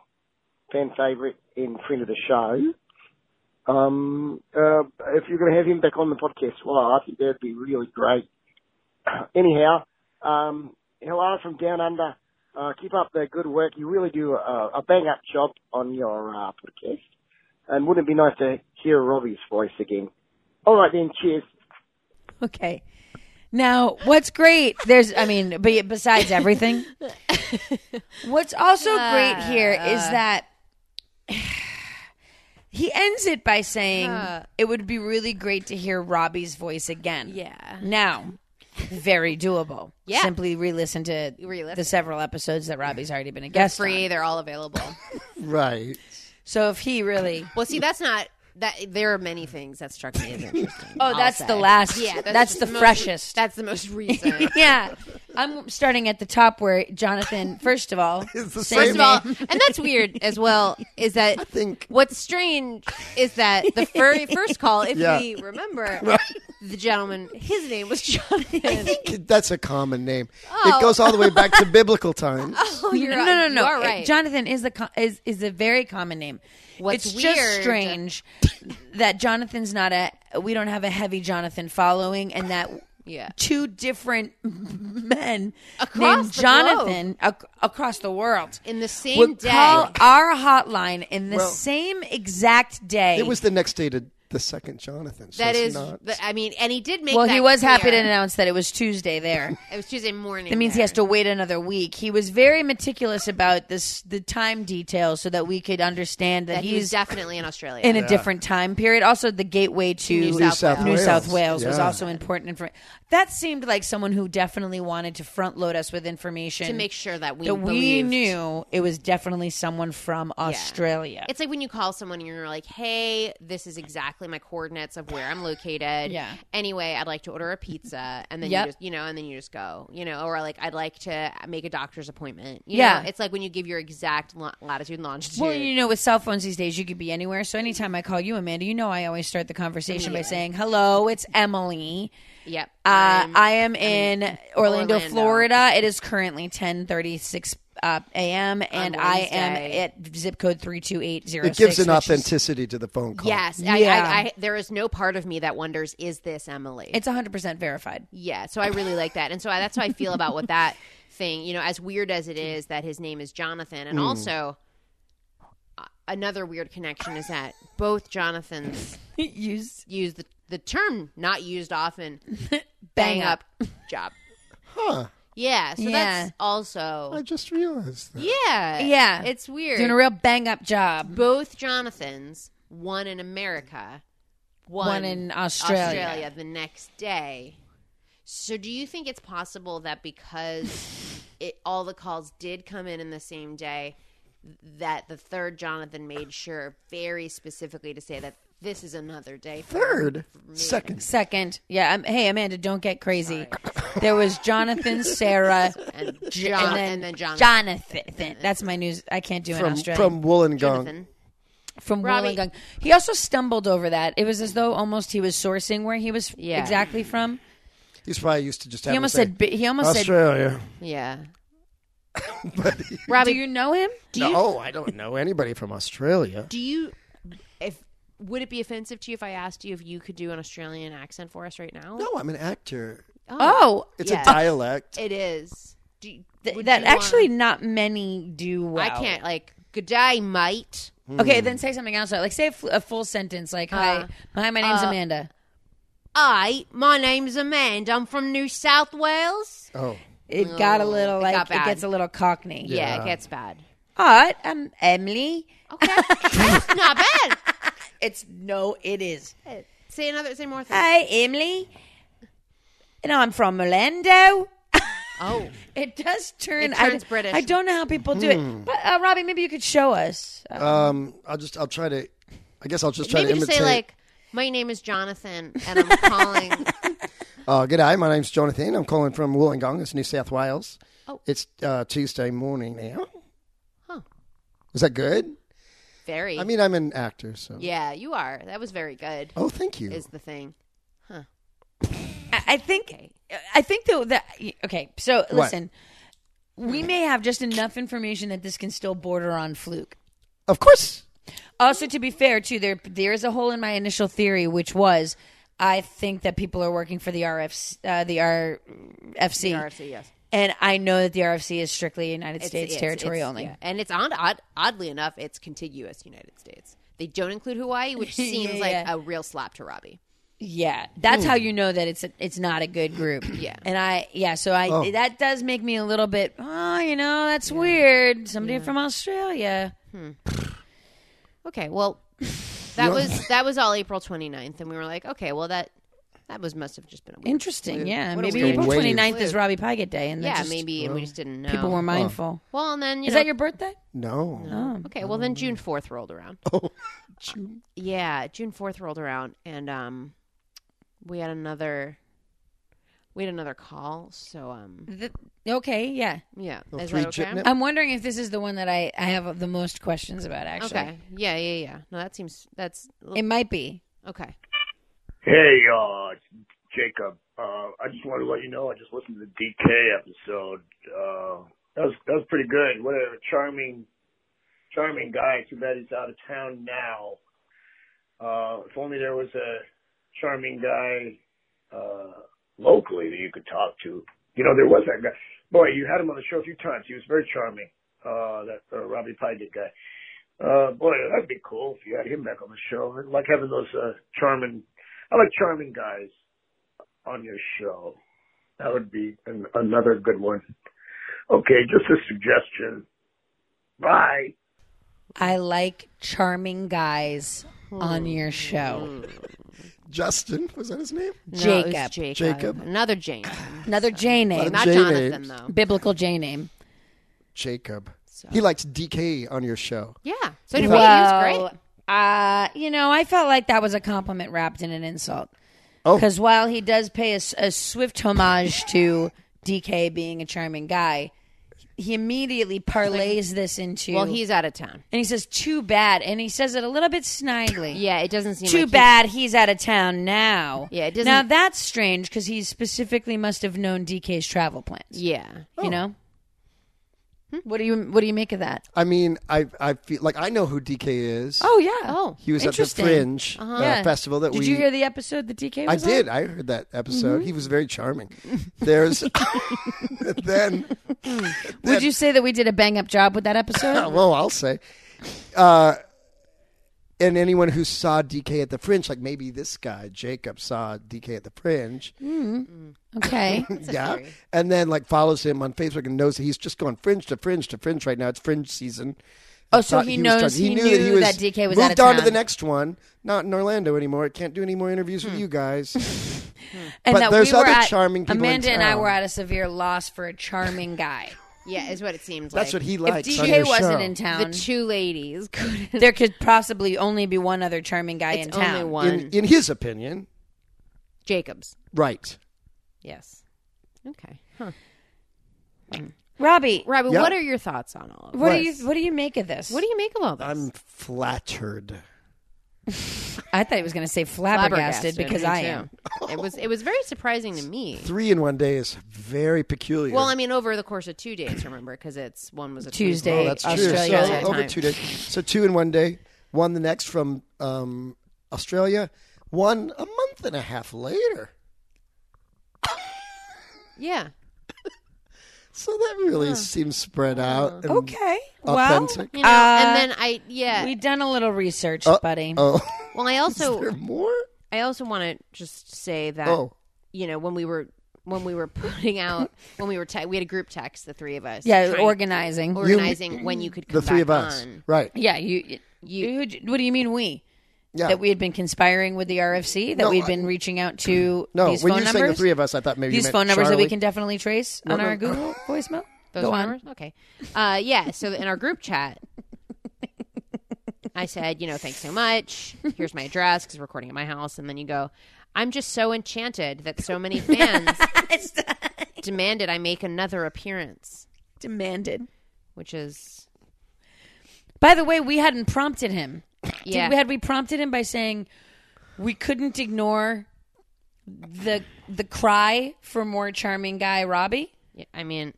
S4: fan favourite and friend of the show. Um, uh, if you're going to have him back on the podcast, well, I think that'd be really great. *clears throat* Anyhow, um, hello from down under. Uh, keep up the good work. You really do a, a bang up job on your uh, podcast. And wouldn't it be nice to hear Robbie's voice again? All right then, cheers.
S2: Okay. Now, what's great? There's, I mean, be- besides everything, what's also great here is that *sighs* he ends it by saying it would be really great to hear Robbie's voice again.
S1: Yeah.
S2: Now, very doable.
S1: Yeah.
S2: Simply re-listen to
S1: Re-listen.
S2: the several episodes that Robbie's already been a guest
S1: Free.
S2: on.
S1: They're all available.
S3: right.
S2: So if he really,
S1: well, see, that's not that there are many things that struck
S2: *laughs*
S1: me as interesting.
S2: Oh,
S1: I'll
S2: that's the
S1: say.
S2: last.
S1: Yeah,
S2: that's,
S1: just
S2: the
S1: most-
S2: freshest.
S1: That's the most recent.
S2: *laughs* yeah, I'm starting at the top where Jonathan. First of *laughs* all,
S3: It's the
S2: saved
S3: same-
S1: First
S2: me.
S1: of all, *laughs* and that's weird as well. Is that I
S3: think-
S1: what's strange is that the
S2: *laughs*
S1: very first call, if
S3: Yeah.
S1: we remember, the gentleman, his name was Jonathan. *laughs*
S3: That's a common name.
S1: Oh.
S3: It goes all the way back
S1: *laughs*
S3: to biblical times.
S1: Oh, you're
S2: no, no, no. uh,
S1: You are
S2: It-
S1: right.
S2: Jonathan is a co- is is a very common name.
S1: What's
S2: it's
S1: weird-
S2: just strange that Jonathan's not a. We don't have a heavy Jonathan following, and that
S1: Yeah.
S2: two different men
S1: Across
S2: named
S1: the
S2: Jonathan ac- across the world
S1: In the same
S2: would
S1: day.
S2: call our hotline in the
S3: Well,
S2: same exact day.
S3: It was the next day to the second Jonathan. So
S1: that
S3: it's
S1: is,
S3: not-
S1: the- I mean, and he did make.
S2: well,
S1: that
S2: he was happy to
S1: clear.
S2: announce that it was Tuesday *laughs* there.
S1: It was Tuesday morning.
S2: That means he
S1: there.
S2: has to wait another week. He was very meticulous about this the time details so that we could understand that,
S1: That he was
S2: he's
S1: definitely in Australia.
S2: in a different time period. Also, the gateway to
S1: New South South
S2: New
S1: Wales.
S2: South Wales was
S3: Yeah.
S2: also important. Infor- that seemed like someone who definitely wanted to front load us with information
S1: to make sure that we
S2: that we
S1: believed.
S2: knew it was definitely someone from Australia.
S1: It's like when you call someone and you're like, "Hey, this is exactly my coordinates of where I'm located."
S2: Yeah.
S1: Anyway, I'd like to order a pizza, and then
S2: Yep.
S1: you just, you know, and then you just go, you know, or like I'd like to make a doctor's appointment. You
S2: Yeah.
S1: know? It's like when you give your exact lo- latitude and longitude.
S2: well, you know, with cell phones these days, you could be anywhere. So anytime I call you, Amanda, you know I always start the conversation by saying, "Hello, it's Emily."
S1: yep.
S2: Uh,
S1: Um, I'm-
S2: I am in Orlando,
S1: Orlando.
S2: Florida. It is currently 10:36 uh, a.m. and I am
S1: Wednesday.
S2: at zip code 32806.
S3: it gives an
S2: which is-
S3: authenticity to the phone call.
S1: yes. I,
S2: Yeah.
S1: I, I, there is no part of me that wonders, "Is this Emily?"
S2: It's 100%
S1: *laughs*
S2: verified.
S1: Yeah, so I really like that, and so I, that's how I feel about what that *laughs* thing. You know, as weird as it is that his name is Jonathan, and also uh, another weird connection is that both Jonathans
S2: Use
S1: use the the term not used often,
S2: bang up.
S1: job.
S3: Huh.
S1: Yeah, so
S2: Yeah.
S1: that's also
S3: I just realized that.
S1: yeah,
S2: Yeah.
S1: It's weird.
S2: Doing a real bang up job.
S1: both Jonathans, one in America, one,
S2: One in Australia.
S1: the next day. So, do you think it's possible that because *laughs* it all the calls did come in in the same day, that the third Jonathan made sure very specifically to say that this is another day? for
S3: Third,
S1: me?
S3: second.
S2: Second. Yeah. Um, hey, Amanda, don't get crazy. There was Jonathan, Sarah,
S1: and
S2: J-
S1: *laughs* John, and then, Jonathan.
S2: Jonathan. That's my news. I can't do an
S3: From,
S2: Australian.
S3: from Wollongong.
S1: Jonathan.
S2: from
S1: Robbie-
S2: Wollongong. He also stumbled over that. It was as though almost he was sourcing where he was
S1: Yeah.
S2: exactly from.
S3: He's probably used to just having
S2: He almost
S3: to say,
S2: said. bi- He almost said.
S1: *laughs*
S3: Australia.
S1: Yeah,
S2: Robbie, do you know him?
S3: no, Oh, I don't know anybody from Australia.
S1: Do you if would it be offensive to you if I asked you if you could do an Australian accent for us right now?
S3: No, I'm an actor.
S2: Oh,
S3: It's
S1: Yeah.
S3: a dialect.
S1: *laughs* It is. Do you-
S2: th-
S1: would
S2: that
S1: you wanna-
S2: actually not many do. Well.
S1: I can't like good day, mate.
S2: Okay, then say something else. Like say a, f- a full sentence. Like
S1: Uh,
S2: hi, hi, my name's Amanda.
S1: I, my name's Amanda. I'm from New South Wales.
S3: oh,
S2: It got a little
S1: it
S2: like
S1: got
S2: it
S1: bad.
S2: gets a little cockney.
S1: Yeah,
S3: Yeah.
S1: it gets bad.
S2: All right, I'm Emily.
S1: Okay, That's not bad.
S2: It's no, it is.
S1: *laughs* Say another.
S2: *laughs*
S1: Say more things.
S2: Hi, Emily, and I'm from Orlando.
S1: Oh,
S2: It does turn.
S1: It
S2: I-
S1: turns British.
S2: I don't know how people do it. But uh, Robbie, maybe you could show us. Uh,
S3: um, I'll just, I'll try to, I guess I'll just try
S1: maybe
S3: to
S1: just
S3: imitate.
S1: say like, my name is Jonathan, and I'm calling.
S2: *laughs*
S3: Uh, good day. My name's Jonathan. I'm calling from Wollongong. It's New South Wales.
S1: Oh.
S3: It's uh, Tuesday morning now.
S1: Huh.
S3: Is that good?
S1: Very.
S3: I mean, I'm an actor, so.
S1: yeah, you are. That was very good.
S3: Oh, thank you.
S1: Is the thing.
S2: I, I think. I think though that okay. So listen, we may have just enough information that this can still border on fluke.
S3: Of course.
S2: Also, to be fair, too, there there is a hole in my initial theory, which was I think that people are working for the RFC, uh, the RFC,
S1: RFC, yes.
S2: and I know that the RFC is strictly United
S1: It's-
S2: States
S1: it's-
S2: territory
S1: it's-
S2: only.
S1: yeah. And it's on odd, oddly enough, it's contiguous United States. They don't include Hawaii, which seems
S2: *laughs* Yeah,
S1: like
S2: yeah.
S1: a real slap to Robbie.
S2: Yeah, that's how you know that it's a, it's not a good group.
S1: *clears throat* Yeah.
S2: and I yeah, so I that does make me a little bit. Oh, you know that's weird. Somebody from Australia.
S1: Okay,
S2: *laughs*
S1: well, that was that was all April 29th, and we were like, okay, well that that was must have just been a weird
S2: Interesting.
S1: fluke.
S2: Yeah,
S3: What are
S2: maybe
S3: we
S2: April
S3: gonna wave?
S2: 29th is Robbie Pygott Day, and
S1: yeah,
S2: yeah, Oh. just,
S1: maybe and we just didn't know.
S2: people were mindful.
S1: well, and then you
S2: Is
S1: know,
S2: that your birthday?
S3: No.
S2: Oh. *laughs*
S1: okay? Well, then *laughs* June 4th rolled around.
S3: June.
S1: yeah, June fourth rolled around, and um, we had another, we had another call. So um,
S2: The- okay, yeah.
S1: yeah,
S3: Oh,
S1: is
S3: three
S1: that okay?
S3: jitnip?
S2: I'm wondering if this is the one that I, I have the most questions about, actually.
S1: Okay, yeah, yeah, yeah. No, that seems that's
S2: It might be.
S1: okay.
S4: Hey, uh, it's Jacob. Uh, I just wanted to let you know I just listened to the DK episode. Uh, that was that was pretty good. What a charming, charming guy. Too bad he's out of town now. Uh, if only there was a charming guy uh, locally that you could talk to. You know, there was that guy. Boy, you had him on the show a few times. He was very charming. Uh, that uh, Robbie Pygott guy. Uh, boy, that'd be cool if you had him back on the show. I like having those uh, charming I like charming guys on your show. That would be an, another good one. Okay, just a suggestion. Bye.
S2: I like charming guys on your show.
S3: Justin was that his name?
S1: No, it was
S2: Jacob.
S1: Jacob,
S3: Jacob.
S2: *laughs*
S1: another Jane,
S2: Another J name.
S3: Uh,
S1: not
S3: Jay
S1: Jonathan
S3: names.
S1: though.
S2: Biblical J name.
S3: Jacob. He liked DK on your show.
S1: Yeah, so did we. He was great.
S2: Uh, you know, I felt like that was a compliment wrapped in an insult.
S3: Oh.
S2: Because while he does pay a, s- a swift homage to DK being a charming guy, he immediately parlays this into.
S1: Well, he's out of town.
S2: And he says, too bad. And he says it a little bit snidely.
S1: Yeah, it doesn't seem
S2: Too
S1: like he-
S2: bad he's out of town now.
S1: Yeah, it doesn't-
S2: Now that's strange because he specifically must have known DK's travel plans.
S1: yeah,
S3: Oh.
S2: You know. What do you What do you make of that?
S3: I mean, I I feel like I know who DK is.
S2: Oh yeah.
S1: Oh,
S3: he was at the
S2: interesting. Uh-huh.
S3: Fringe uh
S2: Yeah.
S3: festival that
S2: Did
S3: we.
S2: you hear the episode that Mm-hmm. DK?
S3: I
S2: Was on?
S3: did. I heard that episode. He was very charming.
S2: *laughs*
S3: There's *laughs* then.
S2: Would you say that we did a bang up job with that episode?
S3: *laughs* well, I'll say. Uh, and anyone who saw DK at the Fringe, like maybe this guy Jacob saw DK at the Fringe, *laughs*
S2: okay.
S3: yeah, and then like follows him on Facebook and knows that he's just going fringe to fringe to fringe right now. It's fringe season.
S2: Oh, so
S3: Thought
S2: he
S3: was
S2: knows-
S3: charged.
S2: he
S3: knew that
S2: knew
S3: he was
S2: that DK was out
S3: moved
S2: of
S3: on to
S2: town.
S3: the next one. Not in Orlando anymore. It can't do any more interviews
S2: Hmm.
S3: with
S2: *laughs*
S3: you guys.
S2: And
S3: But
S2: that
S3: there's
S2: we were
S3: other
S2: at-
S3: charming people in
S2: Amanda and I
S3: town.
S2: were at a severe loss for a charming
S3: *laughs*
S2: guy.
S1: yeah, is what it seems like.
S3: That's what he likes.
S2: if
S3: on your
S2: DK wasn't
S3: show.
S2: in
S1: The
S2: town,
S1: two ladies couldn't.
S2: there could possibly only be one other charming guy in
S1: It's
S2: town.
S1: only one.
S3: in, in his opinion,
S1: Jacobs.
S3: right?
S1: Yes. Okay. Huh.
S2: Robbie,
S1: Robbie,
S3: Yeah.
S1: what are your thoughts on all of this?
S2: what do you What do you make of this?
S1: What do you make of all this?
S3: I'm flattered.
S2: I thought he was going to say flabbergasted, because
S1: me
S2: I
S1: too.
S2: am.
S1: *laughs* it was it was very surprising to me.
S3: Three in one day is very peculiar.
S1: Well, I mean, over the course of two days, remember, because it's one was a
S2: Tuesday,
S3: Oh, that's true.
S2: Australia
S3: So
S2: time.
S3: over two days. So two in one day, one the next from um, Australia, one a month and a half later.
S1: Yeah,
S3: So that really seems spread out. and
S2: Okay, well,
S3: Mm. Authentic.
S1: you know,
S2: Uh,
S1: and then I yeah.
S2: we done a little research, buddy.
S3: oh, *laughs*
S1: well, I also
S3: there more?
S1: I also want to just say
S2: uh,
S1: that
S3: Oh,
S1: you know when we were when we were putting out when we were te- we had a group text the three of us
S2: yeah,
S1: trying-
S2: organizing.
S1: organizing when you could come
S3: the three of
S1: back
S3: us,
S1: on.
S3: right?
S2: yeah, you, you. What do you mean we?
S3: Yeah.
S2: That we had been conspiring with the RFC. That
S3: No,
S2: we'd been reaching out to
S3: no,
S2: these
S3: when
S2: phone
S3: you were
S2: numbers.
S3: saying the three of us, I thought maybe you
S2: these
S3: meant
S2: phone numbers that we
S3: Charlie.
S2: can definitely trace on our
S3: *gasps*
S2: Google voicemail.
S1: Those
S2: Go on.
S1: numbers? Okay. Uh, yeah. So in our group chat, I said, you know, thanks so much. Here's my address because recording at my house. And then you go, I'm just so enchanted that
S2: *laughs*
S1: so many fans demanded I make another appearance,
S2: Demanded.
S1: which is,
S2: By the way, we hadn't prompted him.
S1: yeah.
S2: Did we, had we prompted him by saying we couldn't ignore the the cry for more charming guy Robbie?
S1: Yeah, I mean,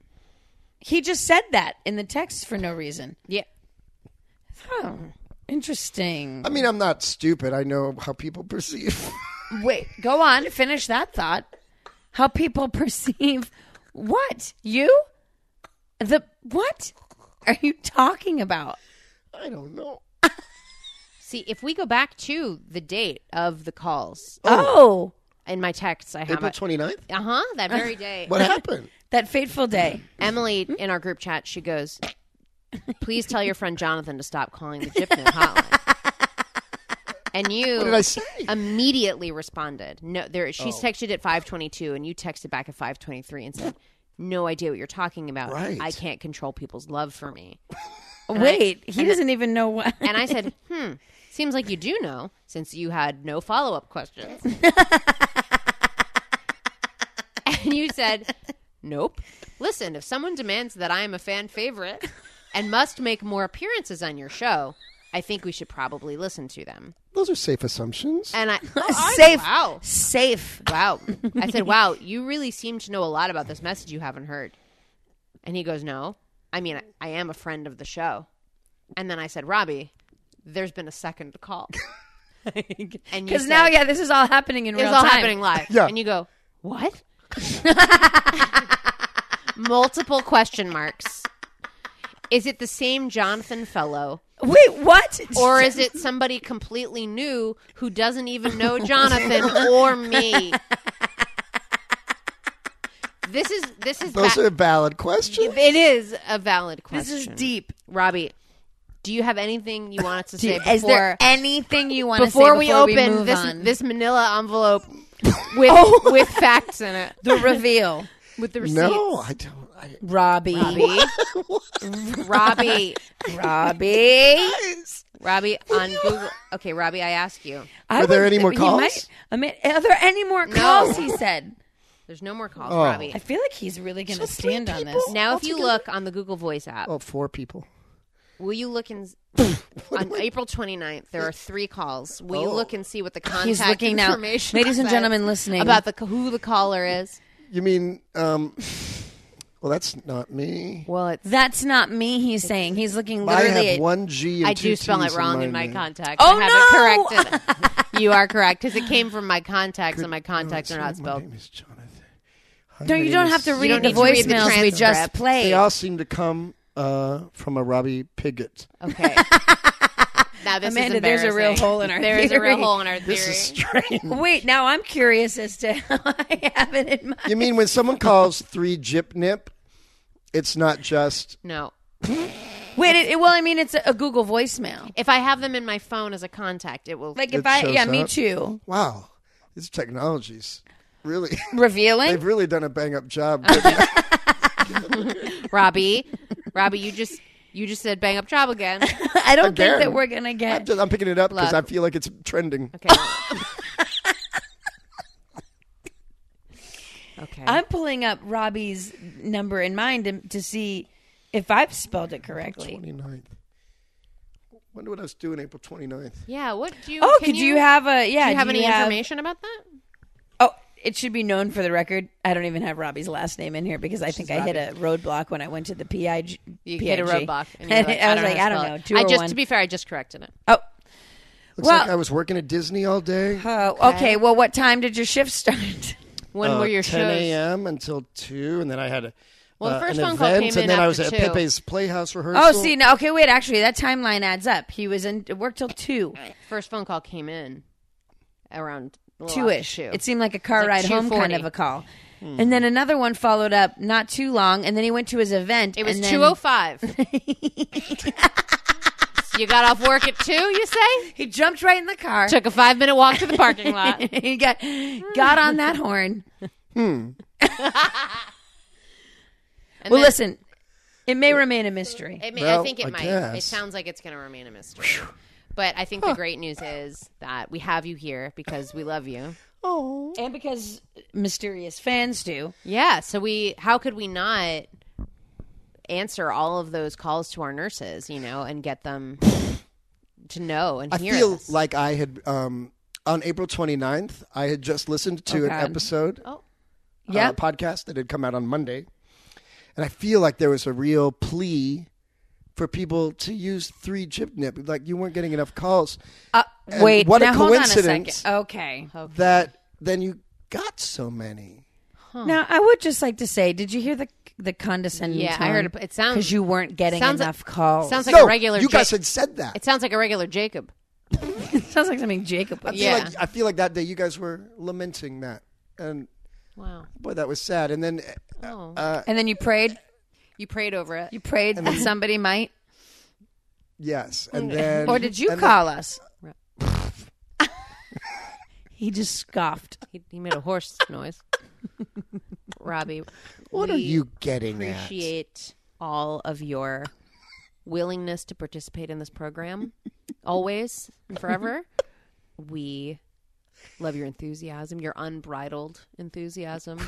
S2: He just said that in the text for no reason.
S1: yeah.
S2: Oh, interesting.
S3: I mean, I'm not stupid. I know how people *laughs* perceive.
S2: Wait, go on. Finish that thought. How people *laughs* perceive what you the what are you talking about?
S3: I don't know.
S1: See, if we go back to the date of the calls
S2: Oh,
S1: in my texts, I have
S3: April 29th.
S1: Uh huh. That
S3: *laughs*
S1: very day.
S2: *laughs*
S3: What happened?
S2: that fateful
S1: *clears throat*
S2: day.
S1: Emily in our group chat, she goes, "Please tell your friend Jonathan to stop calling the
S3: *laughs*
S1: Gypnip hotline." And you
S3: What did I say? Oh.
S1: immediately responded. No, there. She's texted at five twenty-two, and you texted back at five twenty-three and said, "No idea what you're talking about.
S3: Right.
S1: I can't control people's love for me." *laughs*
S2: Wait, he doesn't even know what.
S1: And I said, "Hmm, Seems like you do know, since you had no follow up questions. and you said, Nope. Listen, if someone demands that I am a fan favorite and must make more appearances on your show, I think we should probably listen to them.
S3: Those are safe assumptions.
S1: And I, oh, I-
S2: safe.
S1: Wow.
S2: Safe.
S1: Wow. I said, Wow, you really seem to know a lot about this message you haven't heard. And he goes, No. I mean, I, I am a friend of the show. And then I said, Robbie, there's been a second call.
S2: *laughs*
S1: And you
S2: Because now,
S1: said-
S2: yeah, this is all happening in
S1: It
S2: real
S1: was all
S2: time.
S1: happening live.
S3: Yeah.
S1: And you go, what? Multiple question marks. Is it the same Jonathan fellow,
S2: Wait, what?
S1: *laughs*
S2: *laughs*
S1: or is it somebody completely new who doesn't even know Jonathan or me? This is this is
S3: Those
S1: va-
S3: are valid questions.
S1: it is a valid
S2: this
S1: question.
S2: is deep.
S1: Robbie. Do you have anything you want us to
S2: Do you-
S1: say before
S2: is there anything you want to say
S1: before,
S2: before
S1: we open
S2: move
S1: this
S2: on? Oh.
S1: this
S2: *laughs*
S1: Manila envelope with with facts in it,
S2: the reveal,
S1: with the receipts.
S3: No, I don't. I,
S2: Robbie. Robbie.
S3: *laughs*
S1: Robbie, Robbie, Robbie on Google. Okay, Robbie, I ask you.
S2: I
S3: Are there
S2: would-
S3: any more
S2: he
S3: calls?
S2: I mean, are there any more calls? He said.
S1: There's no more calls,
S3: Oh.
S1: Robbie.
S2: I feel like he's really going to stand on this.
S1: Now, if you look on the Google Voice app,
S3: oh, four people.
S1: will you look
S3: *laughs*
S1: and on April 29th, there are three calls. Will
S3: Oh.
S1: you look and see what the contact
S2: He's looking now,
S1: information
S2: ladies and
S1: says
S2: gentlemen, listening
S1: about the who the caller is?
S3: You mean? um *sighs* Well, that's not me.
S1: Well, it's
S2: That's not me. He's saying he's looking
S3: I
S2: literally.
S3: have one G. And
S1: I
S3: two
S1: do spell
S3: Ts
S1: it wrong in my
S3: name.
S1: contacts.
S2: Oh,
S1: I have it
S2: *laughs*
S1: corrected. you are correct because it came from my contacts, and my contacts
S3: It's
S1: are not
S3: my
S1: spelled.
S3: name is Jonathan. Hi,
S2: no,
S3: my
S2: you
S3: name
S2: don't
S3: is-
S2: have to read
S1: don't
S2: the
S1: need to read the
S2: voicemails we just
S1: transcript.
S2: played.
S3: They all seem to come uh, from a Robbie Piggott.
S2: *laughs*
S1: Okay. now this
S2: Amanda,
S1: is
S2: there's a real
S1: embarrassing.
S2: hole in our
S1: There is a
S2: theory.
S1: real hole in our theory.
S3: This is strange.
S2: Wait, now I'm curious as to *laughs* how I have it in mind.
S3: you mean when someone calls three Jip Nip, it's not just
S1: no.
S2: Wait, it, it- well, I mean, it's a, a Google voicemail.
S1: If I have them in my phone as a contact, it will.
S2: Like if
S3: It
S2: I,
S3: shows
S2: yeah, me
S3: up.
S2: too.
S3: wow. This technology's really *laughs*
S2: Revealing.
S3: they've really done a bang
S1: *laughs*
S3: up job.
S1: Robbie, Robbie, you just you just said bang up job again.
S2: *laughs* I don't think
S3: Again.
S2: that we're gonna get.
S3: I'm, just, I'm picking it up because I
S1: Look.
S3: feel like it's trending.
S1: Okay. okay.
S2: I'm pulling up Robbie's number in mind and- to see if I've spelled it correctly.
S3: 29th. Wonder what I was doing April 29th.
S1: yeah. What do you?
S2: Oh,
S1: can
S2: could you, have a yeah?
S1: Do you have
S2: do
S1: any information about that?
S2: Oh, it should be known for the record. I don't even have Robbie's last name in here because I think I hit a roadblock when I went to the PIG.
S1: You hit a
S2: PIG.
S1: roadblock. And you're
S2: And
S1: like,
S2: *laughs* I was
S1: don't
S2: like,
S1: how
S2: I
S1: to
S2: don't
S1: spell
S2: know.
S1: it.
S2: Two
S1: I
S2: or
S1: just
S2: one.
S1: to be fair, I just corrected it.
S2: oh,
S3: Looks
S2: Well-
S3: like I was working at Disney all day.
S2: uh, okay. Well, what time did your shift start?
S1: When
S3: uh,
S1: were your
S3: 10
S1: shows?
S3: a.m. until 2, and then I had a,
S1: Well, the
S3: uh,
S1: first
S3: an
S1: phone call
S3: event,
S1: came in
S3: and then I was
S1: after
S3: at
S1: two.
S3: Pepe's Playhouse rehearsal.
S2: oh, see, no, okay, wait. Actually, that timeline adds up. He was in work till two,
S1: First phone call came in around a little
S2: two
S1: after
S2: ish.
S1: two.
S2: It seemed like a car
S1: Like
S2: ride home kind
S1: 2:40.
S2: of a call. And then another one followed up not too long, and then he went to his event.
S1: It was
S2: and then-
S1: two
S2: *laughs*
S1: oh five. You got off work at two. You say
S2: He jumped right in the car.
S1: took a five minute walk to the parking lot.
S2: *laughs* he got got on that horn.
S1: And
S2: Well,
S1: then-
S2: listen, it may remain a mystery.
S1: I, mean, I
S3: Well,
S1: think it
S3: I
S1: might. It
S3: guess.
S1: sounds like it's going to remain a mystery. But I think the great news is that we have you here because we love you.
S2: And because mysterious fans do.
S1: Yeah. So we, how could we not answer all of those calls to our nurses, you know, and get them to know and
S3: I
S1: hear
S3: feel
S1: us?
S3: like I had, um, on April 29th, I had just listened to an
S2: God.
S3: episode, oh.
S2: Yep.
S3: podcast that had come out on Monday. And I feel like there was a real plea for people to use three gypnip. Like, you weren't getting enough calls.
S2: Uh,
S3: And
S2: wait,
S3: what a
S2: now hold on a second.
S3: coincidence.
S2: Okay.
S3: that then you got so many.
S1: Oh.
S2: Now, I would just like to say, did you hear the the condescending
S1: Yeah, I heard it- it sounds-
S2: because you weren't getting
S1: sounds-
S2: enough calls.
S1: sounds like
S3: no,
S1: a regular.
S3: you
S1: Ja-
S3: guys had said that.
S1: it sounds like a regular Jacob.
S2: *laughs* sounds like something Jacob.
S3: I
S2: Would
S3: feel
S1: yeah.
S3: like I feel like that day you guys were lamenting that, and
S1: Wow.
S3: boy, that was sad. And then uh,
S1: Oh.
S3: uh,
S2: And then you prayed.
S1: you prayed over it.
S2: You prayed that somebody might.
S3: yes, and then
S2: Mm. Or did you
S3: and
S2: call
S3: *laughs*
S2: us? he just scoffed.
S1: He, he made a horse *laughs* noise. Robbie,
S3: then- what are
S1: we
S3: you getting
S2: *laughs*
S3: at?
S1: appreciate all of your willingness to participate in this program. always and forever. we love your enthusiasm, your unbridled enthusiasm,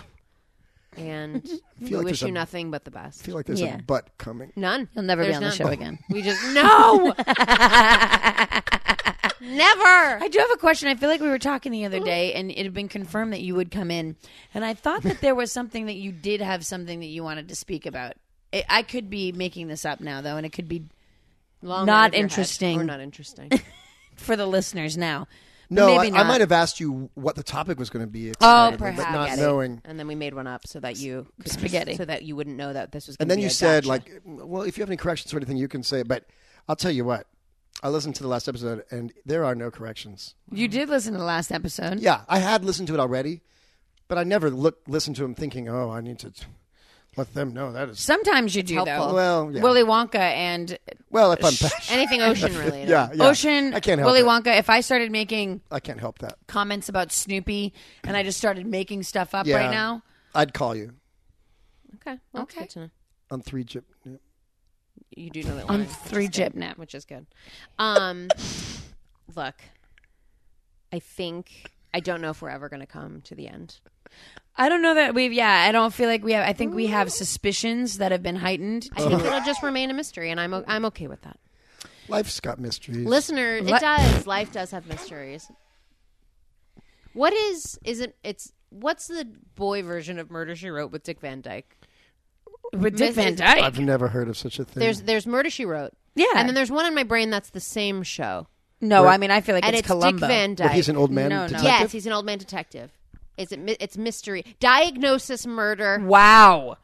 S1: and we
S3: feel like
S1: wish
S3: there's a-
S1: you nothing but the best.
S3: I feel like there's
S2: Yeah.
S3: a butt coming.
S1: None.
S2: You'll never
S1: There's
S2: be on the
S1: none.
S2: show again.
S1: We just *laughs* no, never.
S2: I do have a question. I feel like we were talking the other day, and it had been confirmed that you would come in, and I thought that there was something that you did have something that you wanted to speak about. I I could be making this up now, though, and it could be
S1: Long
S2: Not
S1: out of your head.
S2: interesting.
S1: Or not interesting.
S2: for the listeners now. But
S3: No, I,
S2: maybe
S3: I
S2: not.
S3: might have asked you what the topic was going to be,
S2: Oh,
S3: excited, but
S2: perhaps.
S3: not
S2: Spaghetti.
S3: knowing.
S1: and then we made one up so that you could,
S2: Spaghetti.
S1: so that you wouldn't know that this was.
S3: And
S1: gonna
S3: then
S1: be
S3: you
S1: a
S3: said,
S1: gotcha.
S3: like, well, if you have any corrections or anything, you can say it. But I'll tell you what, I listened to the last episode, and there are no corrections.
S2: You did listen to the last episode.
S3: Yeah, I had listened to it already, but I never look listened to him thinking, oh, I need to t- let them know that is.
S2: Sometimes you do
S1: Helpful.
S2: though.
S3: Well, yeah.
S2: Willy Wonka and
S3: Well, if I'm passionate,
S1: anything ocean related.
S3: *laughs* yeah, yeah.
S2: Ocean.
S3: I can't help
S2: Willy
S3: it.
S2: Wonka. If I started making
S3: I can't help that.
S2: comments about Snoopy and I just started making stuff up
S3: Yeah.
S2: right now,
S3: I'd call you
S1: Okay. Well, okay.
S2: Okay.
S1: Good to know.
S3: on three chip. yeah.
S1: You do know that
S2: on
S1: one,
S2: three Gypnap.
S1: which is good. Um, *laughs* look, I think I don't know if we're ever going to come to the end.
S2: I don't know that we've. Yeah, I don't feel like we have. I think we have suspicions that have been heightened.
S1: Mm. I think it'll just remain a mystery, and I'm o- I'm okay with that.
S3: Life's got mysteries.
S1: Listener, it
S2: Let-
S1: does. Life does have mysteries. What is is it? It's what's the boy version of Murder She Wrote with Dick Van Dyke?
S3: Mm.
S2: With Dick
S1: This
S2: Van
S1: is-
S2: Dyke.
S3: I've never heard of such a thing.
S1: There's there's Murder She Wrote,
S2: Yeah.
S1: and then there's one in my brain that's the same show,
S2: no, I mean I feel like
S1: and
S2: it's,
S1: it's
S2: Columbo.
S1: Dick Van
S3: But
S1: Dyke.
S3: he's an old man.
S2: No, no.
S3: detective?
S1: yes, he's an old man detective. Is it? mi- It's mystery, diagnosis, murder.
S2: wow.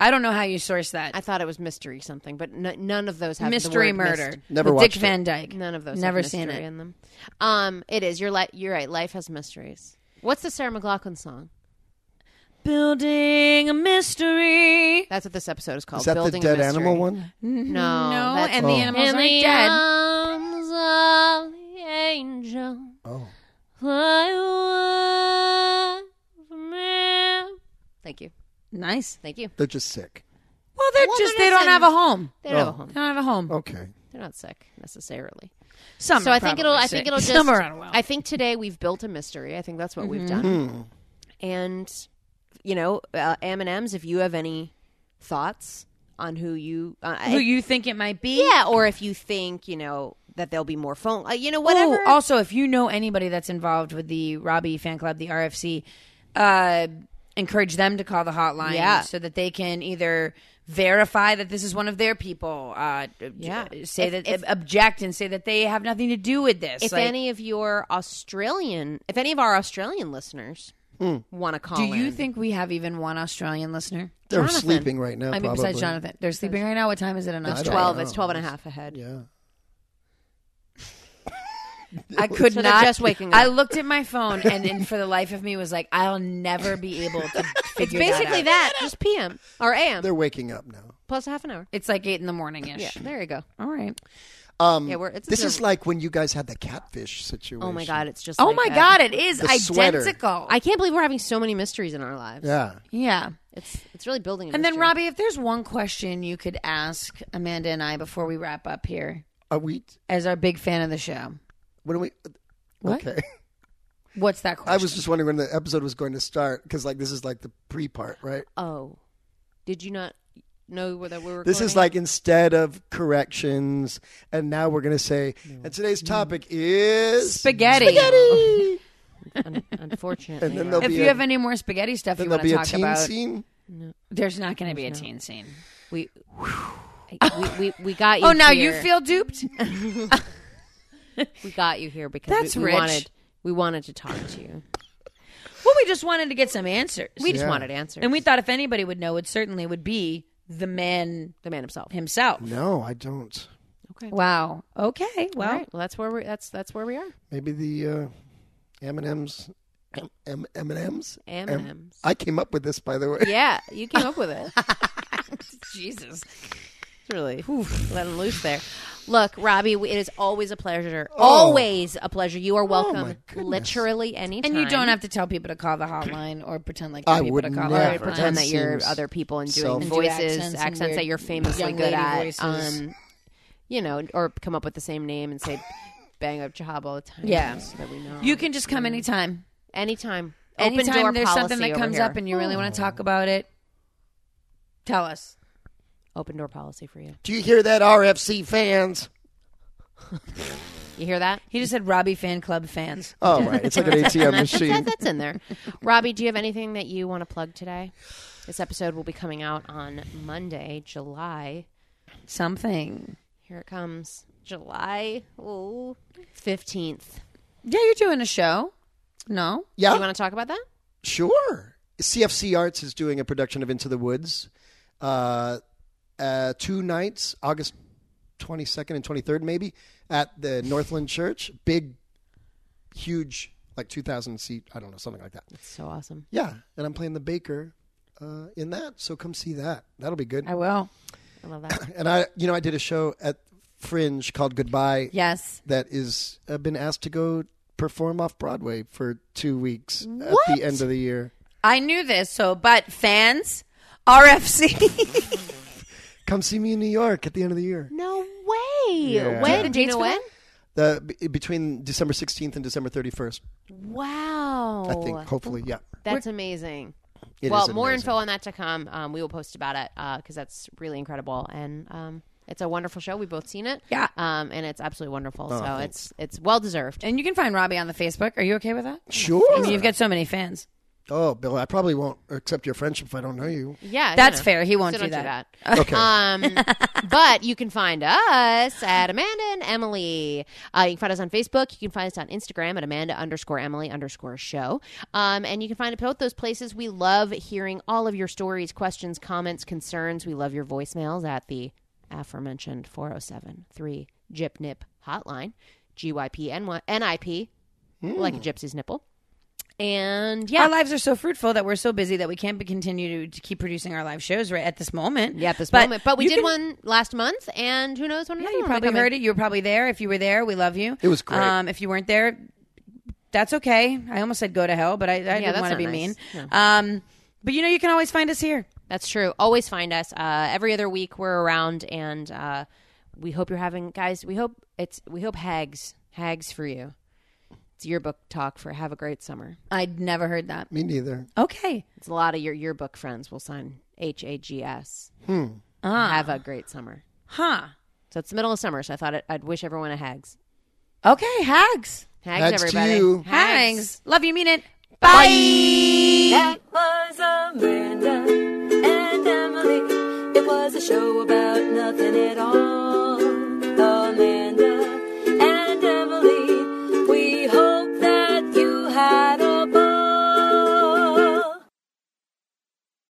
S2: I don't know how you source that.
S1: I thought it was mystery something, but n- none of those have the
S2: Mystery
S1: word
S2: murder.
S1: myst-
S3: Never
S2: with Dick
S3: watched it.
S2: Van Dyke.
S1: None of those.
S2: Never
S1: have
S2: seen
S1: mystery
S2: it.
S1: in them. Um, it is. You're li- You're right. Life has mysteries. What's the Sarah McLaughlin song?
S2: Building a mystery.
S1: That's what this episode is called.
S3: Is that
S1: Building
S3: the
S1: a
S3: dead
S1: mystery. Mm-hmm.
S3: animal one?
S1: No,
S2: no,
S1: that's-
S2: and the
S3: Oh.
S2: animals
S1: In
S2: aren't
S1: the
S2: dead.
S1: arms of the angel,
S3: Oh,
S1: I was man. Thank you.
S2: nice.
S1: Thank you.
S3: they're just sick.
S2: Well, they're
S1: Well,
S2: just
S1: they're
S2: they don't
S1: just
S2: have
S1: in-
S2: a home.
S1: They don't have a
S3: Oh.
S1: home.
S2: They don't have a home.
S3: Okay.
S1: They're not sick necessarily.
S2: Some
S1: So
S2: are
S1: I think
S2: probably
S1: it'll. I
S2: sick.
S1: think
S2: *laughs*
S1: it'll just.
S2: Some are unwell.
S1: I think today we've built a mystery. I think that's what we've done.
S2: Mm-hmm.
S1: And you know, uh, M and M's. If you have any thoughts on who you, uh,
S2: Who you think it might be?
S1: yeah, or if you think you know that there'll be more phone, uh, you know,
S2: Ooh,
S1: whatever.
S2: also, if you know anybody that's involved with the Robbie fan club, the RFC, uh, encourage them to call the hotline
S1: Yeah.
S2: so that they can either verify that this is one of their people, uh,
S1: Yeah.
S2: say
S1: If-
S2: that object and say that they have nothing to do with this.
S1: if
S2: Like,
S1: any of your Australian, if any of our Australian listeners want to call,
S2: Hmm. do you
S1: in,
S2: think we have even one Australian listener?
S3: They're
S1: Jonathan.
S3: sleeping right now.
S2: I mean,
S3: probably.
S2: besides Jonathan, they're sleeping right now. What time is it in
S3: It's
S2: Australia?
S1: twelve?
S3: know.
S1: It's twelve and a half ahead.
S3: Yeah.
S2: I *laughs* could
S1: So they're
S2: not.
S1: just waking
S2: I
S1: up.
S2: looked at my phone and, and for the life of me was like, I'll never be able to
S1: It's
S2: figure
S1: basically
S2: out.
S1: that, just PM or AM
S3: They're waking up now.
S1: plus half an hour.
S2: It's like eight in the morning ish.
S1: Yeah, there you go.
S2: All right.
S3: Um,
S1: Yeah, we're- it's-
S3: this
S1: it's a-
S3: is like when you guys had the catfish situation.
S1: Oh my god, it's just.
S2: Oh
S1: like
S2: my
S1: that.
S2: God, it is
S3: The sweater.
S2: identical.
S1: I can't believe we're having so many mysteries in our lives.
S3: Yeah.
S2: yeah.
S1: It's it's really building. A
S2: And then,
S1: mystery.
S2: Robbie, if there's one question you could ask Amanda and I before we wrap up here,
S3: Are we?
S2: as our big fan of the show,
S3: When are we?
S2: What?
S3: Okay. *laughs*
S2: what's that question?
S3: I was just wondering when the episode was going to start because, like, this is like the pre part, right?
S1: Oh, did you not know where that we were?
S3: This is like instead of corrections, and now we're going to say, and today's topic is
S2: spaghetti.
S1: Un- unfortunately.
S3: And then they'll
S2: If
S3: be
S2: you
S3: a-
S2: have any more spaghetti stuff
S3: Then
S2: you
S3: there'll
S2: want to
S3: be a
S2: talk
S3: teen
S2: about,
S3: scene.
S2: there's not going to be a teen scene.
S1: we, I- we, we we got you.
S2: Oh, now you
S1: here.
S2: feel duped?
S1: we got you here because
S2: That's
S1: we, we
S2: rich.
S1: wanted we wanted to talk to you.
S2: well, we just wanted to get some answers.
S1: We just
S3: Yeah.
S1: wanted answers.
S2: and we thought if anybody would know, it certainly would be the man
S1: the man himself.
S2: himself.
S3: No, I don't.
S1: Okay.
S2: Wow. Okay.
S1: All
S2: Well,
S1: right. Well, that's where we that's that's where we are.
S3: Maybe the uh, M and M's. M and M's.
S1: M and M's.
S3: I came up with this, by the way.
S1: Yeah, you came up with
S2: *laughs*
S1: it.
S2: *laughs* Jesus.
S1: It's really let him loose there. Look, Robbie, we- it is always a pleasure. Always a pleasure. You are welcome,
S3: Oh. goodness.
S1: literally anytime.
S2: And you don't have to tell people to call the hotline or pretend like
S3: I
S2: they're people
S3: would
S2: to call
S3: never
S2: the hotline.
S3: pretend
S1: pretend that you're
S3: seems
S1: other people and doing
S3: self- And
S2: do
S1: voices,
S2: accents
S1: accents,
S2: and weird
S1: that you're famously
S2: young
S1: good
S2: lady
S1: at.
S2: voices.
S1: Um, you know, or come up with the same name and say bang up job all the time.
S2: Yeah.
S1: so that we know.
S2: You can just come anytime.
S1: anytime. Open door
S2: Anytime there's something that
S1: policy over
S2: comes
S1: here.
S2: up and you really want to talk about it, tell us.
S1: open door policy for you.
S3: Do you hear that, RFC fans?
S1: You hear that?
S2: He just said Robbie fan club fans.
S3: Oh, right. It's like
S2: *laughs*
S3: an ATM
S1: *laughs* That-
S3: machine.
S1: that's in there. Robbie, do you have anything that you want to plug today? This episode will be coming out on Monday, July.
S2: Something.
S1: Here it comes. July ooh, 15th.
S2: Yeah, you're doing a show. No.
S1: You
S3: Yeah,
S1: want to talk about that?
S3: sure. CFC Arts is doing a production of Into the Woods. Uh, uh, two nights, August 22nd and 23rd, maybe, at the Northland Church. Big, huge, like 2,000 seat, I don't know, something like that.
S1: It's so awesome.
S3: Yeah, and I'm playing the baker uh, in that. So come see that. That'll be good.
S2: I will.
S1: I love that.
S3: And I, you know, I did a show at Fringe called Goodbye.
S2: Yes.
S3: that is I've been asked to go perform off Broadway for two weeks at the end of the year.
S2: I knew this, so but fans, *laughs* RFC.
S3: Come see me in New York at the end of the year.
S1: No way.
S3: Yeah.
S1: When?
S3: Do
S1: Do you know when?
S3: The be- between December 16th and December 31st,
S1: Wow.
S3: I think. Hopefully, yeah.
S1: That's amazing. Oh,
S3: It
S1: well,
S3: is
S1: more
S3: amazing.
S1: info on that to come. Um, we will post about it because that's really incredible, and um, it's a wonderful show. We've both seen it,
S2: Yeah.
S1: um, and it's absolutely wonderful.
S3: Oh,
S1: so it's it's well deserved.
S2: and you can find Robbie on the Facebook. Are you okay with that? I mean,
S3: Sure.
S2: you've got so many fans.
S3: Oh, Bill, I probably won't accept your friendship if I don't know you.
S1: Yeah, you
S2: That's
S1: know.
S2: fair. He won't
S1: So
S2: do
S1: don't
S2: that.
S1: *laughs*
S3: Okay.
S1: Um, but you can find us at Amanda and Emily. Uh, you can find us on Facebook. You can find us on Instagram at Amanda underscore Emily underscore show. Um, and you can find it both those places. We love hearing all of your stories, questions, comments, concerns. We love your voicemails at the aforementioned 4073 GIP NIP hotline, GYP like a gypsy's nipple. And yeah.
S2: Our lives are so fruitful that we're so busy that we can't be- continue to, to keep producing our live shows right at this moment.
S1: Yeah, at this moment. But we
S2: you
S1: did
S2: can-
S1: one last month, and who knows when
S2: Yeah,
S1: another
S2: you
S1: one will
S2: probably
S1: come in.
S2: heard it. You were probably there. If you were there, we love you.
S3: It was great.
S2: Um, if you weren't there, that's okay. I almost said go to hell, but I, I didn't
S1: that's
S2: want to
S1: not
S2: be
S1: nice.
S2: mean.
S1: No.
S2: Um, but you know, you can always find us here.
S1: That's true. Always find us. Uh, every other week we're around, and uh, we hope you're having guys. We hope it's we hope hags hags for you. It's yearbook talk for have a great summer.
S2: I'd never heard that.
S3: me neither.
S2: Okay.
S1: It's a lot of your yearbook friends will sign H A G S. Hmm. Have a great summer.
S2: Huh.
S1: So it's the middle of summer, so I thought it, I'd wish everyone a hags.
S2: Okay. Hags.
S1: Hags,
S3: Hags to
S1: everybody.
S3: you.
S2: Hags. Love you. Mean it.
S6: That was Amanda and Emily. It was a show about nothing at all.